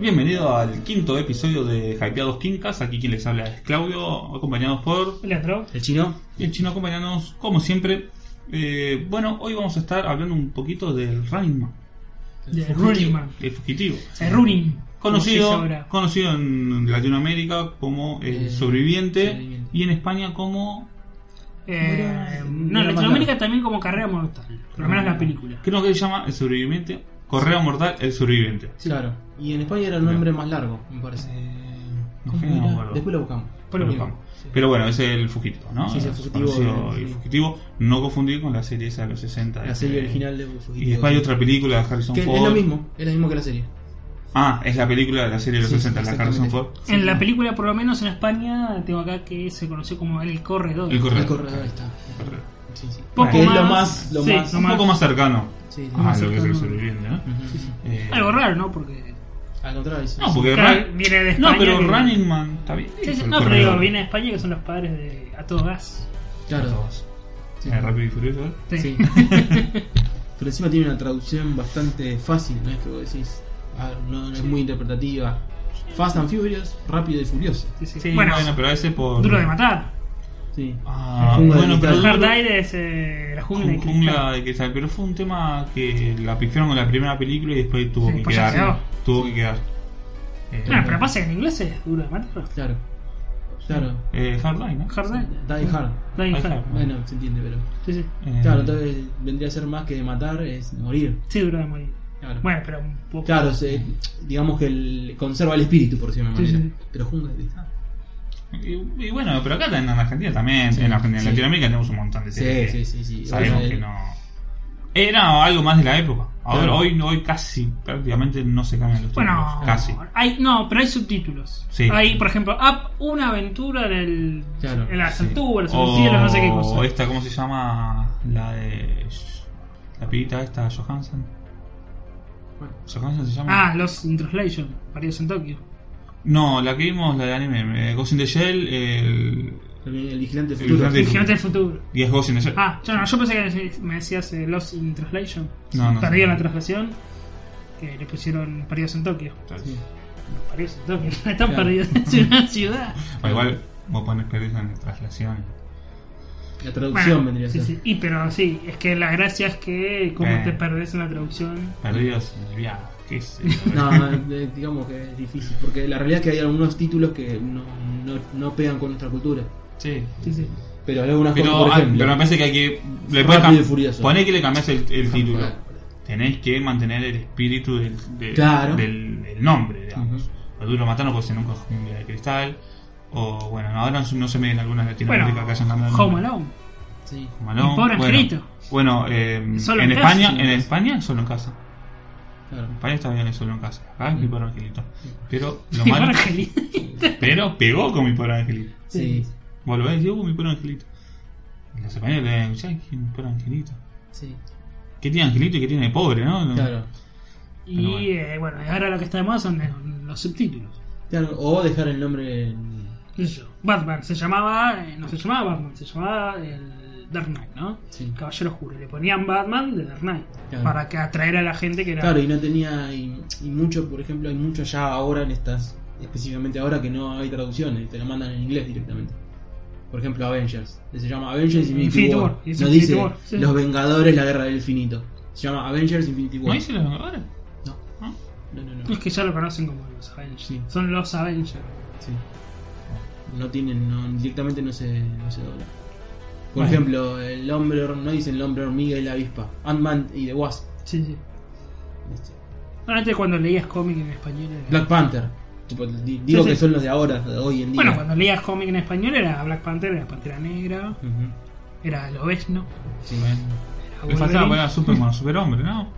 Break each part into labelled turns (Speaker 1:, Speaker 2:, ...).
Speaker 1: Bienvenido al quinto episodio de Hypeados Quincas. Aquí quien les habla es Claudio, acompañados por
Speaker 2: Leandro.
Speaker 3: El chino.
Speaker 1: y el chino, acompañándonos como siempre. Eh, bueno, hoy vamos a estar hablando un poquito del Running Man,
Speaker 2: De Running Man.
Speaker 1: el fugitivo.
Speaker 2: De Running.
Speaker 1: Conocido,
Speaker 2: como se dice ahora.
Speaker 1: conocido en Latinoamérica como el
Speaker 3: Eh,
Speaker 1: sobreviviente
Speaker 3: sobreviviente.
Speaker 1: y en España como.
Speaker 2: Eh, no,
Speaker 3: Mira,
Speaker 2: en Latinoamérica también como carrera mortal. Por lo menos la película.
Speaker 1: Creo que se llama el sobreviviente, Correa Mortal, el sobreviviente.
Speaker 3: Sí. Claro. Y en España era el nombre más largo, me parece. ¿Cómo
Speaker 1: no me
Speaker 3: era?
Speaker 1: acuerdo.
Speaker 3: Después lo buscamos.
Speaker 2: Por
Speaker 1: Pero,
Speaker 2: lo menos.
Speaker 1: vamos. Pero bueno, es el fugitivo, ¿no?
Speaker 3: Sí, es el fugitivo,
Speaker 1: Conocido
Speaker 3: eh,
Speaker 1: el
Speaker 3: sí.
Speaker 1: fugitivo. No confundir con la serie esa de los 60.
Speaker 3: La serie
Speaker 1: Eh,
Speaker 3: original de Fugitivo.
Speaker 1: Y después hay otra película de Harrison
Speaker 3: Que es
Speaker 1: Ford.
Speaker 3: lo mismo, es lo mismo que la serie.
Speaker 1: Ah, es la película de la serie de los
Speaker 3: Sí,
Speaker 1: 60, la de Harrison
Speaker 3: exactamente.
Speaker 1: Ford.
Speaker 2: En la película, por lo menos en España, tengo acá que se conoció como El Corredor.
Speaker 1: El corredor.
Speaker 3: El corredor está. Sí, sí.
Speaker 2: Poco
Speaker 3: Que es lo
Speaker 2: más-
Speaker 3: más, lo
Speaker 2: sí,
Speaker 3: más.
Speaker 2: lo
Speaker 1: Un poco más cercano
Speaker 3: Sí,
Speaker 1: a
Speaker 3: más
Speaker 1: lo que es el
Speaker 3: cercano.
Speaker 1: sobreviviente, ¿no?
Speaker 3: Ujú, sí, sí.
Speaker 1: Eh,
Speaker 2: Mm. Algo raro, ¿no? Porque.
Speaker 3: Al contrario, sí,
Speaker 1: No,
Speaker 3: sí.
Speaker 1: porque
Speaker 2: Claro,
Speaker 1: Ra-
Speaker 2: viene de
Speaker 1: No,
Speaker 2: España
Speaker 1: pero
Speaker 2: que-
Speaker 1: Running Man está bien.
Speaker 2: Sí, sí,
Speaker 1: El
Speaker 2: no, pero
Speaker 1: corredor.
Speaker 2: digo, viene de España que son los padres de A Todo Gas.
Speaker 1: pues,
Speaker 3: Claro.
Speaker 1: Todos.
Speaker 3: Sí.
Speaker 1: Eh, Rápido y Furioso. ¿eh?
Speaker 2: Sí.
Speaker 3: Sí. Pero encima tiene una traducción bastante fácil, ¿no? Es que vos decís, ah, no, no es muy interpretativa. Fast and Furious, rápido y furioso.
Speaker 2: Sí, sí.
Speaker 1: Sí,
Speaker 2: bueno,
Speaker 1: bueno, pero a veces por.
Speaker 2: Duro de Matar.
Speaker 3: Sí.
Speaker 1: Ah,
Speaker 3: Jungla de
Speaker 1: bueno, pero.
Speaker 3: Cristal.
Speaker 2: Hard
Speaker 1: Duro-
Speaker 2: Air es eh, la jungla. de
Speaker 1: Jun- Jungla
Speaker 2: cristal.
Speaker 1: de Cristal, pero fue un tema que la pifiaron con la primera película y después tuvo
Speaker 2: Sí,
Speaker 1: que
Speaker 2: después ya
Speaker 1: quedar.
Speaker 2: quedó.
Speaker 1: Tuvo que quedar. Eh,
Speaker 2: Claro, pero pasa que en inglés es duro de matar.
Speaker 3: Claro. Claro.
Speaker 1: eh, Hardline, ¿no?
Speaker 2: Hard Air.
Speaker 3: Die Hard.
Speaker 1: Ahí
Speaker 2: Dying Hard.
Speaker 1: está.
Speaker 3: Bueno, se entiende, pero.
Speaker 2: Sí, sí.
Speaker 1: Eh,
Speaker 3: Claro, entonces vendría a ser más que de matar, es morir.
Speaker 2: Sí, duro de morir.
Speaker 3: Claro.
Speaker 2: Bueno, pero un poco.
Speaker 3: Claro, se- digamos que el, conserva el espíritu, por decirlo de
Speaker 2: Sí,
Speaker 3: manera.
Speaker 2: sí. Ah.
Speaker 3: Pero jungla de cristal.
Speaker 1: Y, y bueno, pero acá en Argentina también,
Speaker 3: Sí,
Speaker 1: en, Argentina, en
Speaker 3: sí.
Speaker 1: Latinoamérica tenemos un montón de
Speaker 3: Sí,
Speaker 1: series.
Speaker 3: sí,
Speaker 1: que
Speaker 3: sí. sí.
Speaker 1: Sabemos
Speaker 3: Bueno,
Speaker 1: que
Speaker 3: el-
Speaker 1: no. Era algo más de la época. Ahora,
Speaker 3: Claro.
Speaker 1: hoy, hoy casi, prácticamente no se cambian los
Speaker 2: Bueno,
Speaker 1: títulos. Casi.
Speaker 2: Hay, no, pero hay subtítulos.
Speaker 1: Sí.
Speaker 2: Hay, por ejemplo, Up, una aventura en, el,
Speaker 3: Claro,
Speaker 2: en las
Speaker 1: Sí. Oh,
Speaker 2: alturas, en los
Speaker 1: o
Speaker 2: cielos, no sé qué cosa.
Speaker 1: esta, ¿cómo se llama? La de. La pibita esta, Johansson.
Speaker 3: Bueno.
Speaker 1: ¿Johansson se llama?
Speaker 2: Ah, los in Translation, paridos en Tokio.
Speaker 1: No, la que vimos, la de anime. eh, Ghost in the Shell, el.
Speaker 3: El, el vigilante
Speaker 1: El
Speaker 3: futuro.
Speaker 1: vigilante- Sí.
Speaker 2: El gigante del futuro.
Speaker 1: Y es Ghost in the Shell.
Speaker 2: Ah, yo, no, yo pensé que me decías eh, Lost in Translation.
Speaker 1: No, no.
Speaker 2: Perdido en la translación. Que le pusieron Paridos en Tokio.
Speaker 3: Sí.
Speaker 2: Paridos en Tokio. Están
Speaker 3: Claro.
Speaker 2: perdidos en ciudad. ciudad.
Speaker 1: O igual, vos pones perdido en la traslación.
Speaker 3: La traducción vendría a
Speaker 2: sí,
Speaker 3: ser.
Speaker 2: sí. Y pero sí, es que la gracia es que como
Speaker 1: Eh.
Speaker 2: te perdés en la traducción.
Speaker 1: Perdidos en el viaje, qué sé yo.
Speaker 3: No, eh, digamos que es difícil, porque la realidad es que hay algunos títulos que no, no, no pegan con nuestra cultura.
Speaker 1: Sí.
Speaker 2: Sí, sí.
Speaker 3: Pero hay algunas
Speaker 1: Pero,
Speaker 3: como, por
Speaker 1: ah,
Speaker 3: ejemplo,
Speaker 1: pero me parece que hay que. Le
Speaker 3: Rápido
Speaker 1: cam-
Speaker 3: y furioso.
Speaker 1: Poné que le cambiás el, el título.
Speaker 3: Claro.
Speaker 1: Tenés que mantener el espíritu del, del,
Speaker 3: Claro.
Speaker 1: del- del nombre, digamos.
Speaker 3: Ujú.
Speaker 1: O Duro Matano, pues nunca es un día de cristal. O bueno, no, ahora no se- no se me vienen algunas latinoaméricas
Speaker 2: Bueno,
Speaker 1: que hayan cambiado. el
Speaker 2: Home
Speaker 1: nombre.
Speaker 2: Alone.
Speaker 3: sí.
Speaker 1: Home Alone,
Speaker 2: Mi pobre
Speaker 1: bueno.
Speaker 2: angelito.
Speaker 1: Bueno, eh,
Speaker 2: Solo
Speaker 1: en,
Speaker 2: en casa,
Speaker 1: España,
Speaker 3: sí.
Speaker 1: en España, solo en casa.
Speaker 3: Claro.
Speaker 1: En España está bien el solo en casa. Acá es mi pobre angelito. Pero lo
Speaker 2: Mi
Speaker 1: malo.
Speaker 2: pobre angelito.
Speaker 1: Pero pegó con mi pobre angelito.
Speaker 3: Sí,
Speaker 1: Volvés y digo, "Oh, mi pobre angelito. Y Los españoles le dicen, "Ya, que mi pobre angelito.
Speaker 3: sí,
Speaker 1: ¿Qué tiene angelito y qué tiene pobre, no?
Speaker 3: claro.
Speaker 2: Y
Speaker 1: Pero bueno.
Speaker 2: eh, bueno, ahora lo que está de moda son eh, los subtítulos.
Speaker 3: Claro, O dejar el nombre en...
Speaker 2: qué sé yo, Batman se llamaba, eh, no se llamaba Batman, se llamaba el Dark Knight, ¿no?
Speaker 3: Sí.
Speaker 2: Caballero Oscuro. Le ponían Batman de Dark Knight
Speaker 3: Claro.
Speaker 2: para que atraer a la gente que era.
Speaker 3: Claro, y no tenía... Y, y mucho, por ejemplo, hay mucho ya ahora en estas... Específicamente ahora que no hay traducciones, te lo mandan en inglés directamente. Por ejemplo, Avengers. Se llama Avengers Infinity,
Speaker 2: Infinity
Speaker 3: War.
Speaker 2: War, es
Speaker 3: No
Speaker 2: Infinity
Speaker 3: dice
Speaker 2: War, sí.
Speaker 3: Los Vengadores, la Guerra del Infinito. Se llama Avengers Infinity
Speaker 1: ¿No
Speaker 3: War.
Speaker 1: hice los vengadores?
Speaker 3: No,
Speaker 1: ¿No?
Speaker 3: no, no. no.
Speaker 2: Es que ya lo conocen como los Avengers.
Speaker 3: Sí.
Speaker 2: Son los Avengers.
Speaker 3: Sí. No tienen, no, directamente no se, no se dobla. Por
Speaker 1: Bueno.
Speaker 3: ejemplo, el hombre, hor- no dicen el hombre hormiga y la avispa. Ant-Man y The Wasp.
Speaker 2: Sí, sí.
Speaker 3: Este,
Speaker 2: Bueno, Antes cuando leías cómic en español era...
Speaker 3: Black Panther. Tipo, di- digo
Speaker 2: sí.
Speaker 3: que son los de ahora, de hoy en día.
Speaker 2: Bueno, cuando leías cómic en español era Black Panther, era Pantera Negra,
Speaker 3: Ujú.
Speaker 2: era Lobezno,
Speaker 3: Sí.
Speaker 2: era
Speaker 1: Le
Speaker 2: Wolverine.
Speaker 1: faltaba poner a Superman, Superhombre, ¿no?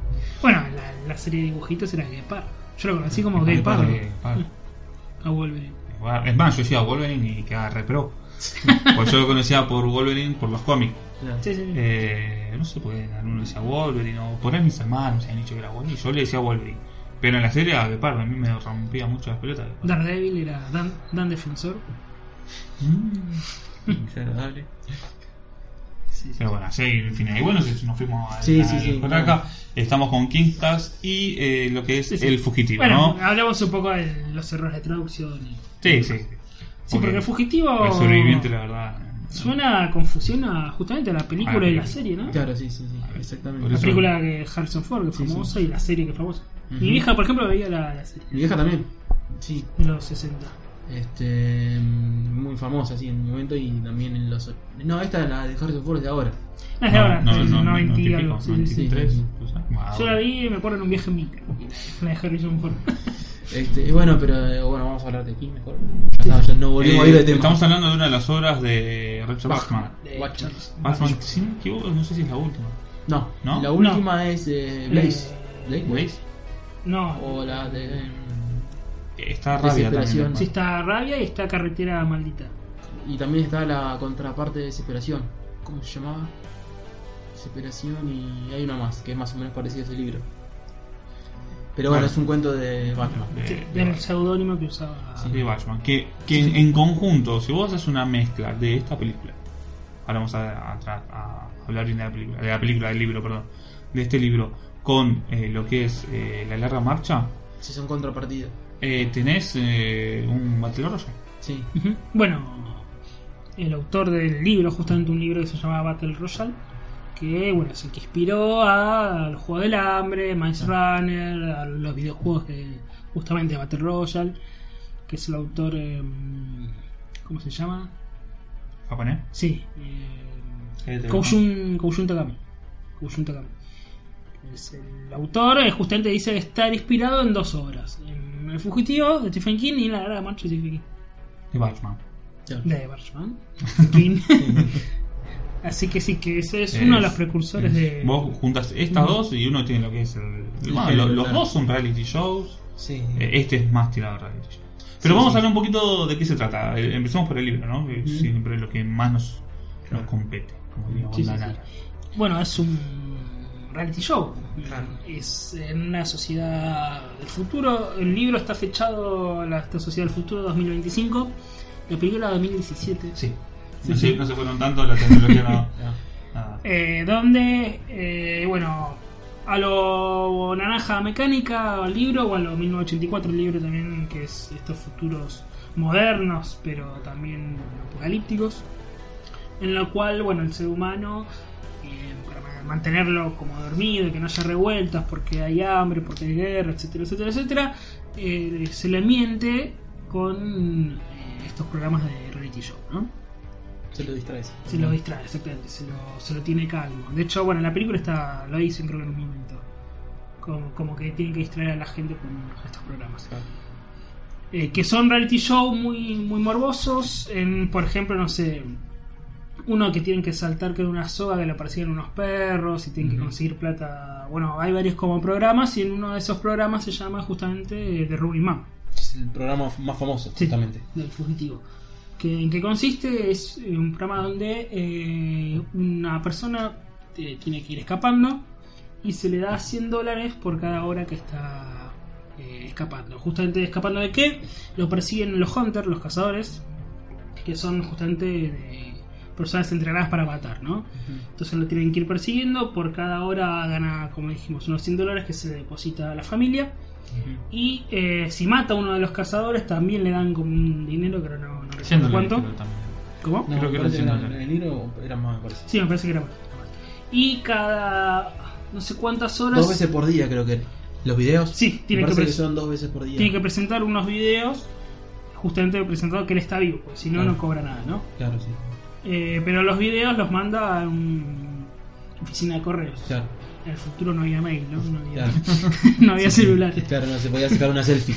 Speaker 2: Bueno, la, la serie de dibujitos era Guepard. Yo lo conocí como
Speaker 1: Porque
Speaker 2: Guepard
Speaker 1: padre, padre.
Speaker 2: a Wolverine.
Speaker 1: Igual- Es más, yo decía Wolverine y quedaba re pro. Pues yo lo conocía por Wolverine por los cómics.
Speaker 3: Claro.
Speaker 2: Sí, sí, sí.
Speaker 1: Eh, no sé por qué alguno decía Wolverine o por ahí mis hermanos se han dicho que era Wolverine. Yo le decía Wolverine. Pero en la serie a Gepard, a mí me rompía mucho las pelotas. Gepard.
Speaker 2: Daredevil era Dan, Dan Defensor.
Speaker 1: Mm. Desagradable.
Speaker 3: sí, sí.
Speaker 1: Pero bueno, así el final. Y bueno, si nos fuimos a
Speaker 3: Sí,
Speaker 1: a-
Speaker 3: sí, sí,
Speaker 1: por acá. Estamos con Kingstas y eh, lo que es
Speaker 2: Sí, sí.
Speaker 1: el fugitivo,
Speaker 2: Bueno,
Speaker 1: ¿no?
Speaker 2: hablamos un poco de los errores de traducción. y-
Speaker 1: Sí, sí.
Speaker 2: Sí, porque el fugitivo.
Speaker 1: El sobreviviente, la verdad.
Speaker 2: Suena a confusión a, justamente a la película
Speaker 1: A la
Speaker 2: y la
Speaker 1: película.
Speaker 2: serie, ¿no?
Speaker 3: Claro, sí, sí, sí,
Speaker 1: ver, por
Speaker 3: exactamente.
Speaker 2: La
Speaker 1: Ah, eso-
Speaker 2: película de Harrison Ford, que es
Speaker 3: Sí, sí.
Speaker 2: famosa, y la serie que es famosa.
Speaker 3: Ujú.
Speaker 2: Mi vieja, por ejemplo, veía la, la serie
Speaker 3: Mi vieja también. Sí,
Speaker 2: de los 60.
Speaker 3: este muy famosa sí en el momento y también en los no esta es la de Harrison Ford de ahora
Speaker 2: No es de ahora,
Speaker 1: no,
Speaker 2: sí,
Speaker 1: no,
Speaker 2: sí,
Speaker 1: no,
Speaker 2: 90 y
Speaker 1: típico,
Speaker 2: algo, sí, sí.
Speaker 1: 93,
Speaker 3: sí.
Speaker 1: pues, ah, wow.
Speaker 2: Yo la vi, me acuerdo en un viaje en micro. La de Harrison Ford.
Speaker 3: este y bueno pero eh, bueno vamos a hablar de aquí mejor ya, está, ya no volvemos a
Speaker 1: Eh,
Speaker 3: ir de tema
Speaker 1: Estamos hablando de una de las obras de Richard Bachman.
Speaker 3: De Watchmen.
Speaker 1: Batman, si no me equivoco, no sé si es la última.
Speaker 3: no,
Speaker 1: ¿No?
Speaker 3: la última es eh, Blaze
Speaker 2: Eh,
Speaker 3: Blake,
Speaker 1: ¿Veis?
Speaker 2: No,
Speaker 3: o la de eh,
Speaker 1: Está rabia
Speaker 3: Desesperación.
Speaker 1: también.
Speaker 2: sí está Rabia y está Carretera Maldita.
Speaker 3: y también está la contraparte de Desesperación cómo se llamaba Desesperación y hay una más que es más o menos parecida a ese libro pero bueno
Speaker 1: Bueno.
Speaker 3: es un cuento de Batman
Speaker 1: Eh, De-
Speaker 2: Sí,
Speaker 1: de
Speaker 2: del
Speaker 1: Batman.
Speaker 2: seudónimo que usaba.
Speaker 1: Sí, de Batman. Que, que en, en conjunto, si vos haces una mezcla de esta película, ahora vamos a, a tra- a hablar bien de la película, de la película del libro, perdón, de este libro, con eh, lo que es eh, la larga marcha,
Speaker 3: si son contrapartidas
Speaker 1: eh, tenés eh, un Battle Royale.
Speaker 3: sí
Speaker 2: Ujú. Bueno, el autor del libro, justamente un libro que se llama Battle Royale, que bueno, es el que inspiró a, los juegos del hambre, Maze
Speaker 1: Ah.
Speaker 2: Runner, a los videojuegos que justamente Battle Royale, que es el autor, eh, ¿cómo se llama?
Speaker 1: ¿Japonés?
Speaker 2: Sí,
Speaker 1: Eh,
Speaker 2: eh,
Speaker 1: te-
Speaker 2: Koushun, Koushun Takami. Koushun Takami. Es el autor eh, justamente dice estar inspirado en dos obras: en El Fugitivo de Stephen King y en La Larga Marcha de Stephen King.
Speaker 1: De Batman.
Speaker 3: claro.
Speaker 2: De Batman. King. Así que sí, que ese es uno de los precursores
Speaker 1: es-
Speaker 2: de.
Speaker 1: Vos juntas estas
Speaker 2: Ujú.
Speaker 1: dos y uno tiene lo que es el.
Speaker 3: El
Speaker 1: bueno,
Speaker 3: género,
Speaker 1: lo- los
Speaker 3: claro.
Speaker 1: dos son reality shows.
Speaker 3: sí
Speaker 1: Eh, Este es más tirado a reality show. Pero
Speaker 3: Sí,
Speaker 1: vamos
Speaker 3: sí.
Speaker 1: a hablar un poquito de qué se trata. Eh, Empecemos por el libro, ¿no? Que
Speaker 3: Ujú.
Speaker 1: siempre es lo que más nos,
Speaker 3: Claro.
Speaker 1: nos compete. Como diría
Speaker 3: Sí, sí,
Speaker 1: Bandana.
Speaker 2: Bueno, es un reality show.
Speaker 3: Claro.
Speaker 2: Es en una sociedad del futuro. El libro está fechado a la esta sociedad del futuro 2025. La película 2017.
Speaker 1: Sí.
Speaker 2: Sí,
Speaker 1: no,
Speaker 2: sí.
Speaker 1: Se, no se fueron tanto la tecnología, no.
Speaker 3: Ah,
Speaker 1: nada.
Speaker 2: Eh, donde, eh, bueno, a lo Naranja Mecánica, al libro, o a lo 1984, el libro también, que es estos futuros modernos, pero también apocalípticos, en lo cual, bueno, el ser humano, eh, para ma- mantenerlo como dormido y que no haya revueltas, porque hay hambre, porque hay guerra, etcétera, etcétera, etcétera, eh, se le miente con eh, estos programas de reality show, ¿no?
Speaker 3: se lo distraes
Speaker 2: Se lo distrae, exactamente, se lo, se lo tiene calmo. De hecho, bueno, en la película está, lo dicen creo que en un momento. Como, como que tienen que distraer a la gente con estos programas.
Speaker 3: Claro.
Speaker 2: Eh, que son reality show muy, muy morbosos. En, por ejemplo, no sé, uno que tienen que saltar que era una soga que le aparecían unos perros y tienen que
Speaker 3: Ujú.
Speaker 2: conseguir plata. Bueno, hay varios como programas y en uno de esos programas se llama justamente eh, The Ruby Mom
Speaker 3: es el programa f- más famoso
Speaker 2: Sí.
Speaker 3: justamente
Speaker 2: del fugitivo. Que, ¿En qué consiste? Es eh, un programa donde eh, una persona eh, tiene que ir escapando y se le da 100 dólares por cada hora que está eh, escapando. Justamente escapando de qué? Lo persiguen los hunters, los cazadores, que son justamente de personas entrenadas para matar, ¿no? Entonces lo tienen que ir persiguiendo, por cada hora gana, como dijimos, unos 100 dólares que se deposita a la familia. Y eh, si mata a uno de los cazadores, también le dan como un dinero, pero no, no
Speaker 1: Yendo
Speaker 2: recuerdo
Speaker 1: al
Speaker 2: cuánto.
Speaker 1: libro también.
Speaker 2: ¿Cómo?
Speaker 3: No,
Speaker 1: Creo que
Speaker 3: parece
Speaker 1: recién
Speaker 3: era-
Speaker 1: lo leí.
Speaker 3: en el libro era más me parece
Speaker 2: Sí, me parece que era más. Y cada no sé cuántas horas.
Speaker 3: dos veces por día creo que era. los videos
Speaker 2: Sí,
Speaker 3: me
Speaker 2: tiene que,
Speaker 3: parece que,
Speaker 2: pres-
Speaker 3: son dos veces por día
Speaker 2: tiene que presentar unos videos justamente presentando que él está vivo, porque si no,
Speaker 3: Claro.
Speaker 2: no cobra nada, ¿no?
Speaker 3: claro sí
Speaker 2: Eh, pero los videos los manda a una oficina de correos.
Speaker 3: claro
Speaker 2: En el futuro no había mail, ¿no? No había,
Speaker 3: Claro.
Speaker 2: no había celular.
Speaker 3: claro no se podía sacar una selfie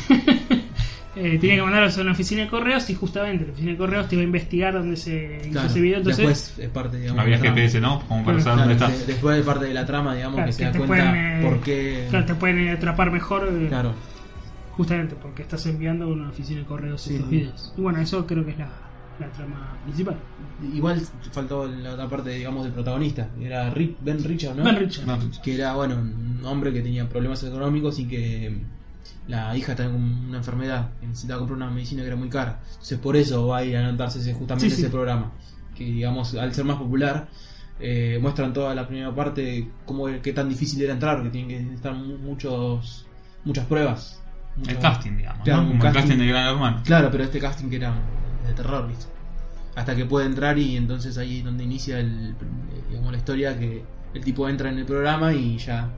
Speaker 2: Eh, tenía que mandarlos a una oficina de correos y justamente la oficina de correos te iba a investigar dónde se hizo
Speaker 3: claro.
Speaker 2: ese video. Entonces,
Speaker 3: después es parte digamos
Speaker 1: No había
Speaker 3: de la
Speaker 1: GPS, ¿no? Como para
Speaker 2: Claro,
Speaker 1: saber
Speaker 3: trama.
Speaker 1: dónde
Speaker 3: Claro,
Speaker 1: estás.
Speaker 3: de- después es parte de la trama digamos
Speaker 2: Claro,
Speaker 3: que se da
Speaker 2: te
Speaker 3: cuenta
Speaker 2: pueden, eh,
Speaker 3: por qué
Speaker 2: claro, te pueden atrapar mejor eh,
Speaker 3: Claro.
Speaker 2: justamente porque estás enviando a una oficina de correos
Speaker 3: Sí.
Speaker 2: estos videos. Y bueno, eso creo que es la, la trama principal.
Speaker 3: igual faltó la otra parte digamos del protagonista era Rick- Ben Richard ¿no?
Speaker 2: Ben Richard.
Speaker 1: No,
Speaker 3: que era bueno un hombre que tenía problemas económicos y que mm, la hija tenía un- una enfermedad que necesitaba comprar una medicina que era muy cara entonces por eso va a ir a anotarse ese- justamente
Speaker 2: Sí, sí.
Speaker 3: ese programa que digamos al ser más popular eh, muestran toda la primera parte, cómo, qué tan difícil era entrar, que tienen que estar mu- muchos, muchas pruebas.
Speaker 1: El
Speaker 3: muchas-
Speaker 1: casting, digamos,
Speaker 3: Claro,
Speaker 1: ¿no?
Speaker 3: un
Speaker 1: Como el
Speaker 3: casting.
Speaker 1: casting de Gran Hermano.
Speaker 3: Claro, pero este casting que era de terror, ¿viste? Hasta que puede entrar y entonces ahí es donde inicia el, eh, digamos, la historia que el tipo entra en el programa y ya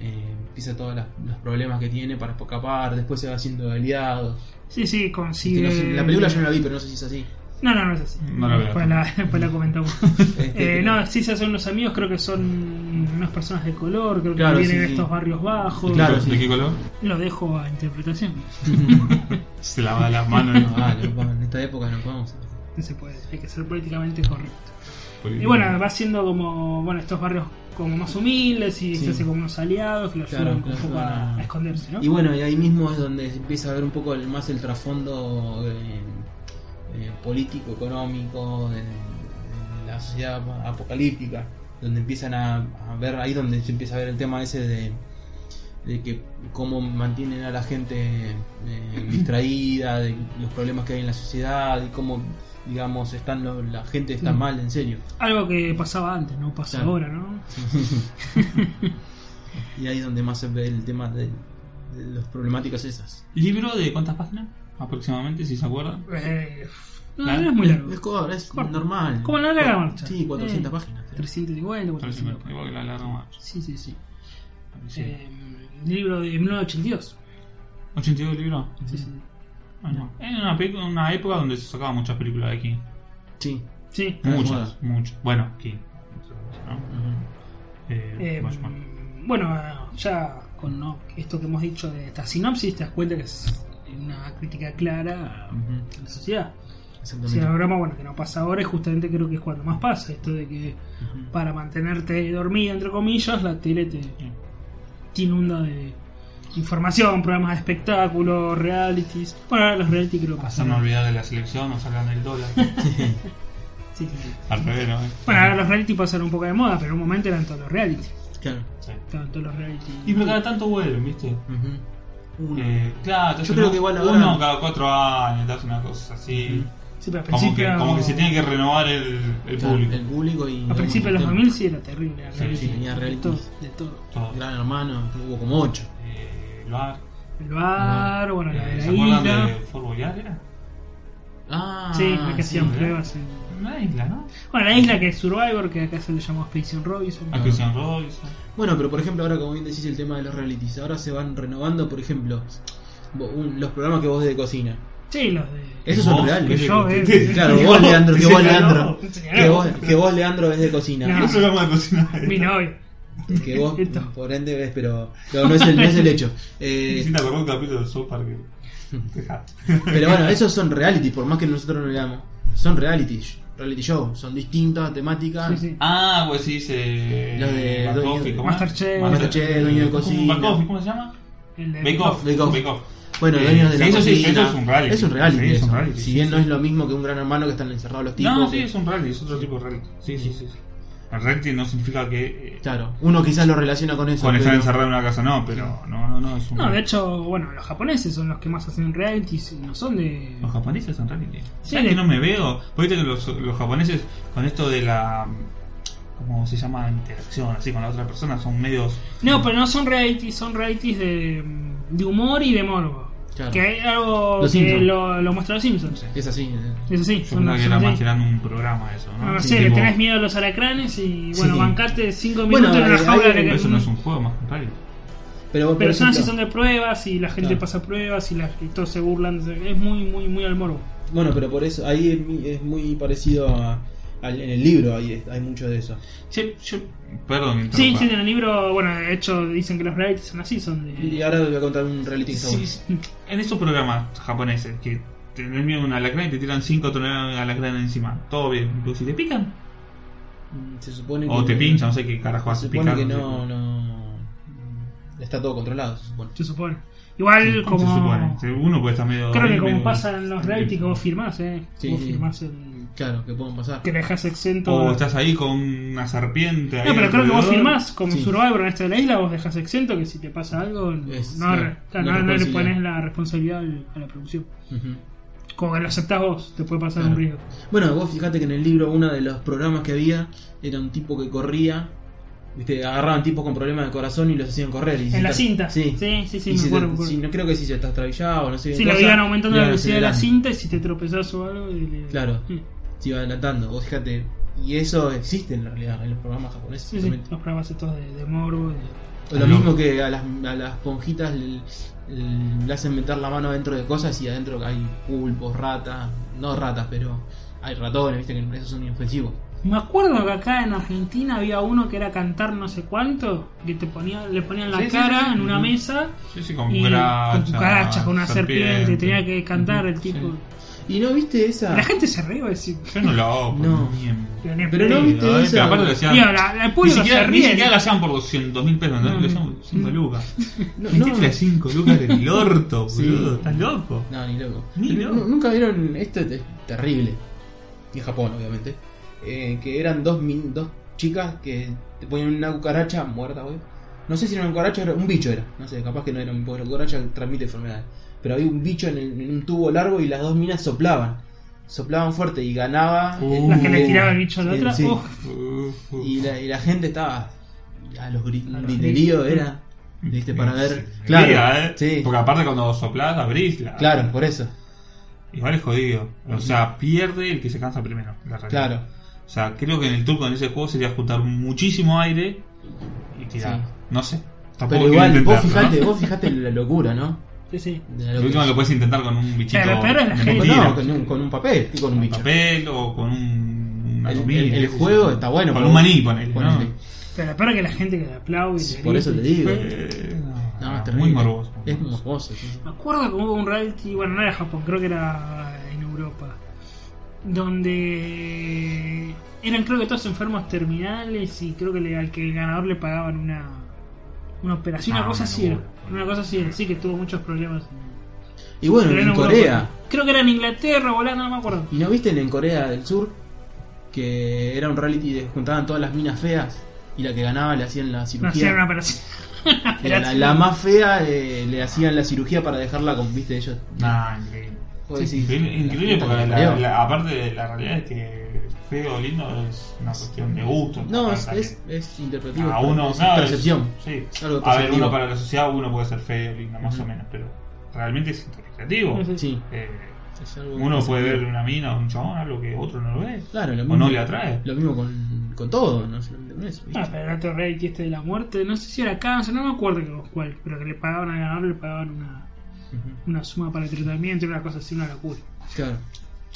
Speaker 3: eh, empieza todos las- los problemas que tiene para escapar, después se va haciendo aliado.
Speaker 2: Sí, sí,
Speaker 3: Que
Speaker 2: consigue.
Speaker 3: no sé, la película yo no la vi, pero no sé si es así.
Speaker 2: No, no, no es así.
Speaker 1: No la veo.
Speaker 2: Después la, después la comentamos.
Speaker 3: Este,
Speaker 2: Eh, no, sí, se son unos amigos, creo que son unas personas de color, creo que
Speaker 3: Claro,
Speaker 2: vienen
Speaker 3: sí,
Speaker 2: de
Speaker 3: sí.
Speaker 2: estos barrios bajos.
Speaker 3: Claro,
Speaker 1: ¿De
Speaker 3: sí.
Speaker 1: qué color?
Speaker 2: Lo dejo a interpretación.
Speaker 1: Se lava las manos. y- ah,
Speaker 3: No, vale, no podemos- en esta época no podemos.
Speaker 2: No se puede, hay que ser políticamente correcto.
Speaker 1: Porque-
Speaker 2: Y bueno, va siendo como, bueno, estos barrios como más humildes y
Speaker 3: Sí.
Speaker 2: se hace como unos aliados que los
Speaker 3: Claro,
Speaker 2: ayudan
Speaker 3: que
Speaker 2: un
Speaker 3: los
Speaker 2: poco
Speaker 3: ayudan
Speaker 2: a,
Speaker 3: a-
Speaker 2: a esconderse, ¿no?
Speaker 3: Y bueno, y ahí mismo es donde se empieza a ver un poco el- más el trasfondo eh, eh, político, económico, de, de la sociedad apocalíptica, donde empiezan a, a ver, ahí donde se empieza a ver el tema ese de, de que cómo mantienen a la gente eh, distraída, de los problemas que hay en la sociedad y cómo, digamos, están lo- la gente está mal, en serio.
Speaker 2: Algo que pasaba antes, no pasa
Speaker 3: Claro.
Speaker 2: ahora, ¿no?
Speaker 3: y ahí donde más se ve el tema de, de las problemáticas esas.
Speaker 1: ¿Libro de cuántas páginas? Aproximadamente, si se acuerdan.
Speaker 2: Eh, no,
Speaker 1: Claro.
Speaker 2: no es muy largo.
Speaker 3: Es cobre, es
Speaker 2: Corto.
Speaker 3: normal.
Speaker 2: Como la larga marcha.
Speaker 3: Sí, 400
Speaker 2: Eh,
Speaker 3: páginas.
Speaker 2: 350,
Speaker 1: Pero si me-
Speaker 2: 450.
Speaker 1: Igual que la larga marcha.
Speaker 2: Sí, sí, sí.
Speaker 1: Sí.
Speaker 2: Eh, libro de 1982.
Speaker 1: 82 libros.
Speaker 2: Sí, sí.
Speaker 1: Bueno, en una, pe- una época donde se sacaban muchas películas de King.
Speaker 3: Sí.
Speaker 2: Sí.
Speaker 3: Ah,
Speaker 1: Muchas, muchas. Bueno, King. ¿no? Eh,
Speaker 2: Eh,
Speaker 1: Watchmen.
Speaker 2: bueno, ya con ¿no? esto que hemos dicho de esta sinopsis, te das cuenta que es una crítica clara
Speaker 3: Ujú.
Speaker 2: a la sociedad. O
Speaker 3: Exactamente.
Speaker 2: sea, el programa bueno, que no pasa ahora y justamente creo que es cuando más pasa. Esto de que
Speaker 3: Ujú.
Speaker 2: para mantenerte dormido, entre comillas, la tele te,
Speaker 1: Sí.
Speaker 2: te inunda de información, programas de espectáculos, realities. Bueno, ahora los reality creo que
Speaker 1: Hacernos
Speaker 2: pasan.
Speaker 1: olvidar de la selección, nos sacan del dólar.
Speaker 2: Sí, sí, sí.
Speaker 1: Al revés, ¿no?
Speaker 2: Bueno, ahora los reality pasaron un poco de moda, pero en un momento eran todos los reality.
Speaker 3: Claro.
Speaker 1: Sí.
Speaker 2: Estaban todos los reality.
Speaker 1: Y pero cada tanto vuelven, ¿viste?
Speaker 3: Ujú. Uno.
Speaker 1: Eh, claro, te
Speaker 3: Yo
Speaker 1: hacen
Speaker 3: creo
Speaker 1: un-
Speaker 3: que igual ahora-
Speaker 1: uno cada cuatro años, te hace una cosa así.
Speaker 2: Sí, pero al
Speaker 1: Como
Speaker 2: principio-
Speaker 1: que, como que se tiene que renovar el, el
Speaker 3: Claro,
Speaker 1: público.
Speaker 3: El público y.
Speaker 2: A principios de los 2000 sí era terrible. era
Speaker 1: Sí,
Speaker 2: reality,
Speaker 1: sí,
Speaker 3: tenía
Speaker 2: de,
Speaker 3: reality.
Speaker 2: todo, de todo.
Speaker 1: Todo.
Speaker 3: Gran hermano, hubo como 8.
Speaker 1: Eh, el bar.
Speaker 2: El bar, bueno, la
Speaker 1: Eh,
Speaker 2: de la
Speaker 1: ¿Se acuerdan
Speaker 2: isla.
Speaker 1: de Fort Boyard? era?
Speaker 3: Ah,
Speaker 2: Sí, la que hacían
Speaker 1: ¿verdad?
Speaker 2: pruebas. en-
Speaker 1: Una isla, ¿no?
Speaker 2: Bueno, la isla que es Survivor, que acá se le llamó Expedition Robinson.
Speaker 1: A Christian Robinson.
Speaker 3: Bueno, pero por ejemplo, ahora como bien decís el tema de los realities, ahora se van renovando, por ejemplo, vos- un- los programas que vos de cocina.
Speaker 2: Sí, los de.
Speaker 3: Esos son
Speaker 1: Vos, que
Speaker 3: reales.
Speaker 1: yo-
Speaker 2: eh.
Speaker 3: Claro, vos Leandro, que
Speaker 2: Sí,
Speaker 3: vos
Speaker 2: no,
Speaker 3: Leandro,
Speaker 2: sí,
Speaker 3: que
Speaker 2: no.
Speaker 3: vos, que vos Leandro es de cocina.
Speaker 2: No.
Speaker 1: Eso hablamos de cocina.
Speaker 2: Mi novio.
Speaker 3: que vos
Speaker 2: Esto.
Speaker 3: por ende ves, pero no, no es, el, no es el hecho. Eh,
Speaker 1: Sí, te acordás un capítulo de South Park. eh. que-
Speaker 3: pero bueno, esos son reality, por más que nosotros no le damos. Son reality, reality show, son distintas temáticas.
Speaker 2: Sí, sí.
Speaker 1: ah, pues sí, se.
Speaker 3: Lo de-
Speaker 1: Back
Speaker 3: dueño-
Speaker 1: Office, ¿cómo es?
Speaker 2: Masterchef.
Speaker 3: Masterchef, dueño de
Speaker 1: ¿Cómo?
Speaker 3: cocina.
Speaker 1: Back Office, ¿Cómo se llama?
Speaker 2: El de
Speaker 1: Bake Off.
Speaker 3: Bake Off.
Speaker 1: Bake Off.
Speaker 3: Bueno,
Speaker 1: Eh,
Speaker 3: dueños de la
Speaker 1: eso sí,
Speaker 3: cocina.
Speaker 1: eso es un reality.
Speaker 3: Es un reality,
Speaker 1: Sí, es un
Speaker 3: eso.
Speaker 1: reality,
Speaker 3: Si
Speaker 1: sí,
Speaker 3: bien
Speaker 1: sí.
Speaker 3: no es lo mismo que un gran hermano que están encerrados los tipos.
Speaker 1: No,
Speaker 3: que-
Speaker 1: sí, es un reality, es otro tipo de reality. Sí, sí, sí. sí. El reality no significa que. eh,
Speaker 3: Claro, uno quizás lo relaciona con eso.
Speaker 1: con estar
Speaker 3: pero-
Speaker 1: encerrado en una casa, no, pero no, no, no, es un.
Speaker 2: No, de hecho, bueno, los japoneses son los que más hacen realities, no son de.
Speaker 1: Los japoneses en reality.
Speaker 2: Sí,
Speaker 1: ¿Sabes
Speaker 2: de-
Speaker 1: que no me veo? Porque viste que los, los japoneses, con esto de la. ¿Cómo se llama? Interacción, así con la otra persona, son medios.
Speaker 2: No, pero no son realities, son realities de, de humor y de morbo.
Speaker 3: Claro.
Speaker 2: Que hay algo
Speaker 3: Los
Speaker 2: que
Speaker 3: Simpsons.
Speaker 2: lo, lo muestra los Simpsons.
Speaker 3: Es así. eh.
Speaker 2: Eso sí,
Speaker 1: Yo
Speaker 2: son-
Speaker 1: pensaba que
Speaker 2: son
Speaker 1: era
Speaker 2: así.
Speaker 1: más tirando un programa eso, ¿no?
Speaker 2: No, no
Speaker 1: Sí,
Speaker 2: sé, le
Speaker 1: tipo,
Speaker 2: tenés miedo a los alacranes y bueno,
Speaker 3: Sí.
Speaker 2: bancarte 5
Speaker 3: Bueno,
Speaker 2: minutos en una
Speaker 3: eh,
Speaker 2: jaula
Speaker 3: hay-
Speaker 2: de
Speaker 1: Pero
Speaker 2: que-
Speaker 1: eso no es un juego más que un reality.
Speaker 3: Pero, por
Speaker 2: Pero son así,
Speaker 3: ejemplo,
Speaker 2: son de pruebas y la gente
Speaker 3: Claro.
Speaker 2: pasa pruebas y, la, y todos se burlan. Es muy, muy, muy al morbo.
Speaker 3: Bueno, pero por eso, ahí es muy- es muy parecido a- al- en el libro, ahí es- hay mucho de eso.
Speaker 1: Che, yo. Perdón, me
Speaker 2: Sí,
Speaker 1: interrumpa.
Speaker 2: sí, en el libro, bueno, de hecho dicen que los realities son así, son de...
Speaker 3: Y ahora voy a contar un reality que está
Speaker 1: Sí,
Speaker 3: bueno.
Speaker 1: sí. En esos programas japoneses que tenés miedo a un alacrán y te tiran 5 toneladas de alacrán encima, todo bien, pero si te pican
Speaker 3: Mm, Se supone que
Speaker 1: o te pinchan, no sé qué carajo hace
Speaker 3: Se supone
Speaker 1: picar.
Speaker 3: que
Speaker 1: sé.
Speaker 3: no, no. Está todo controlado, se supone.
Speaker 2: Se supone. Igual
Speaker 1: Sí, ¿cómo
Speaker 2: como...
Speaker 1: se supone? Se- Uno puede estar medio.
Speaker 2: Creo que como
Speaker 1: medio-
Speaker 2: pasa en los reality que vos firmás, ¿eh?
Speaker 3: Sí, Oh,
Speaker 2: vos
Speaker 3: sí.
Speaker 2: firmás el...
Speaker 3: Claro, que pueden pasar.
Speaker 2: Que dejás exento...
Speaker 1: O estás ahí con una serpiente. ahí
Speaker 2: No, pero creo que vos
Speaker 1: alrededor.
Speaker 2: firmás como
Speaker 3: Sí.
Speaker 2: Survivor en este de la isla, vos dejás exento que si te pasa algo, no,
Speaker 3: Es-
Speaker 2: no,
Speaker 3: claro,
Speaker 2: re- claro,
Speaker 3: no
Speaker 2: no- no le
Speaker 3: responsabilidad.
Speaker 2: pones la responsabilidad al- a la producción.
Speaker 3: Ujú.
Speaker 2: Como que lo aceptás vos, te puede pasar
Speaker 3: Claro.
Speaker 2: un riesgo.
Speaker 3: Bueno, vos fijate que en el libro uno de los programas que había era un tipo que corría. Viste, agarraban tipos con problemas de corazón y los hacían correr. y si
Speaker 2: En la
Speaker 3: estás-
Speaker 2: cinta.
Speaker 3: Sí,
Speaker 2: sí, sí, sí,
Speaker 3: Y
Speaker 2: me
Speaker 3: si
Speaker 2: acuerdo.
Speaker 3: te-
Speaker 2: me acuerdo.
Speaker 3: si no creo que si se estás trabillado, no sé.
Speaker 2: Sí,
Speaker 3: qué
Speaker 2: lo
Speaker 3: cosa,
Speaker 2: iban aumentando
Speaker 3: le
Speaker 2: la
Speaker 3: iban
Speaker 2: velocidad de la
Speaker 3: acelerando.
Speaker 2: cinta y si te tropezás o algo. y le-
Speaker 3: Claro.
Speaker 2: Mm.
Speaker 3: Se iba adelantando, vos fíjate. Y eso existe en realidad en los programas japoneses.
Speaker 2: Sí, sí,
Speaker 3: totalmente.
Speaker 2: los programas estos de, de morbo. de-
Speaker 3: O Lo mismo que a las, a las esponjitas le, le- le hacen meter la mano dentro de cosas y adentro hay pulpos, ratas, no ratas, pero hay ratones, viste que esos son inofensivos.
Speaker 2: Me acuerdo que acá en Argentina había uno que era cantar no sé cuánto, que te ponía, le ponían la
Speaker 1: Sí, sí,
Speaker 2: cara
Speaker 1: sí.
Speaker 2: en una
Speaker 1: Ujú.
Speaker 2: mesa
Speaker 1: Sí, sí, con
Speaker 2: y con
Speaker 1: cucarachas.
Speaker 2: cucarachas, con una serpiente, tenía que cantar el tipo.
Speaker 3: sí. ¿Y no viste esa?
Speaker 2: La gente se ríe, sí.
Speaker 1: Yo no lo hago. por
Speaker 3: No.
Speaker 1: ni en-
Speaker 2: Pero, ni en
Speaker 3: Pero no
Speaker 2: pedo.
Speaker 3: viste
Speaker 1: Pero
Speaker 3: esa.
Speaker 1: aparte lo hacían-
Speaker 2: Digo, la, la- el
Speaker 1: Ni
Speaker 2: público
Speaker 1: siquiera,
Speaker 2: se
Speaker 1: ni
Speaker 2: ríe.
Speaker 1: siquiera lo hacían por 200 mil pesos, ¿entendés?
Speaker 2: No,
Speaker 1: Lo
Speaker 2: no.
Speaker 1: hacían por 5 lucas.
Speaker 3: Mm. No, no,
Speaker 1: Metiste las 5 lucas del orto,
Speaker 3: Sí.
Speaker 1: boludo. Estás loco.
Speaker 3: No, ni loco.
Speaker 1: Ni
Speaker 3: Pero
Speaker 1: loco.
Speaker 3: nu- Nunca vieron esto es terrible. Y en Japón, obviamente. Eh, que eran dos, min- dos chicas que te ponían una cucaracha muerta, güey. No sé si era una cucaracha, era un bicho era. No sé, capaz que no era un porque la cucaracha transmite enfermedades. Pero había un bicho en, el- en un tubo largo y las dos minas soplaban. Soplaban fuerte y ganaba.
Speaker 1: Uh.
Speaker 2: La que le tiraba el bicho a la
Speaker 3: Sí,
Speaker 2: otra.
Speaker 3: sí.
Speaker 2: uf,
Speaker 1: Uf, uf.
Speaker 3: Y, la, y la gente estaba a los gri-
Speaker 2: A los
Speaker 3: griterío
Speaker 2: gritos.
Speaker 3: era. ¿Viste? Para ver.
Speaker 1: Sí,
Speaker 3: Claro.
Speaker 1: mira, eh.
Speaker 3: Sí,
Speaker 1: Porque aparte cuando soplás, abrís la.
Speaker 3: claro, por eso.
Speaker 1: Igual es jodido. O sea, pierde el que se cansa primero. la realidad.
Speaker 3: Claro.
Speaker 1: O sea, creo que en el turco en ese juego sería juntar muchísimo aire y tirar.
Speaker 3: Sí.
Speaker 1: No sé. Tampoco
Speaker 3: Pero
Speaker 1: quiero
Speaker 3: igual, vos
Speaker 1: intentarlo,
Speaker 3: fijate,
Speaker 1: ¿no?
Speaker 3: vos fijate la locura, ¿no?
Speaker 2: sí, sí.
Speaker 3: De la
Speaker 1: Lo último lo
Speaker 3: locura.
Speaker 1: puedes intentar con un bichito.
Speaker 2: Claro, pero es la
Speaker 1: de
Speaker 2: gente.
Speaker 3: No,
Speaker 1: mentira.
Speaker 3: no, con, un, con un papel, y con un
Speaker 1: Con
Speaker 3: bicho.
Speaker 1: papel o con un. una
Speaker 3: El- el-
Speaker 1: comida,
Speaker 3: el
Speaker 1: qué sé
Speaker 3: juego
Speaker 1: yo.
Speaker 3: está bueno,
Speaker 1: Con
Speaker 3: pero-
Speaker 1: un maní, ponele. ¿no?
Speaker 3: Ponele.
Speaker 2: Pero peor que la gente que le aplaude. y le
Speaker 3: Por
Speaker 2: grita.
Speaker 3: eso te digo.
Speaker 1: Eh,
Speaker 3: No, es
Speaker 1: muy
Speaker 3: terrible.
Speaker 1: morboso.
Speaker 3: Es morboso. sí.
Speaker 2: Me acuerdo que hubo un reality, bueno, no era Japón, creo que era en Europa, donde eran creo que todos enfermos terminales y creo que le- al que el ganador le pagaban una, una operación,
Speaker 1: Ah,
Speaker 2: una cosa
Speaker 1: una
Speaker 2: así, era,
Speaker 1: locura.
Speaker 2: una cosa así, era, sí que tuvo muchos problemas. en-
Speaker 3: Y bueno,
Speaker 2: pero era
Speaker 3: en
Speaker 2: Europa.
Speaker 3: Corea.
Speaker 2: Creo que era en Inglaterra, volando, no me acuerdo.
Speaker 3: ¿Y no viste en Corea del Sur? Que era un reality de juntaban todas las minas feas y la que ganaba le hacían la
Speaker 2: No hacían una
Speaker 3: cirugía.
Speaker 2: operación.
Speaker 3: Y a la, la más fea eh, le hacían la cirugía para dejarla con, viste, ellos.
Speaker 1: Nah, increíble.
Speaker 3: Vos decís,
Speaker 1: Increíble,
Speaker 3: Pues la
Speaker 1: increíble
Speaker 3: puta
Speaker 1: porque
Speaker 3: que
Speaker 1: la-
Speaker 3: parió.
Speaker 1: la- aparte la realidad es que feo o lindo es una cuestión de gusto.
Speaker 3: No, es,
Speaker 1: También.
Speaker 3: es, es interpretativo.
Speaker 1: a uno,
Speaker 3: es
Speaker 1: claro, es-
Speaker 3: percepción.
Speaker 1: sí. A
Speaker 3: Algo
Speaker 1: ver, uno
Speaker 3: perceptivo.
Speaker 1: para la sociedad, uno puede ser feo, lindo, más
Speaker 3: Ujú.
Speaker 1: o menos, pero realmente es interpretativo.
Speaker 2: No sé.
Speaker 3: Sí,
Speaker 1: Eh,
Speaker 3: es algo
Speaker 1: uno puede
Speaker 3: perceptivo.
Speaker 1: ver una mina o un chabón, algo que otro no lo ve.
Speaker 3: Claro, lo
Speaker 1: O
Speaker 3: mismo.
Speaker 1: no le atrae.
Speaker 3: Lo mismo con, con todo, no solamente con eso. ¿viste?
Speaker 2: Ah, pero el otro reality este de la muerte, no sé si era cáncer, no me acuerdo que- cuál, pero que le pagaban al ganador, le pagaban una,
Speaker 3: Ujú.
Speaker 2: una suma para el tratamiento, una cosa así, una locura.
Speaker 3: Claro.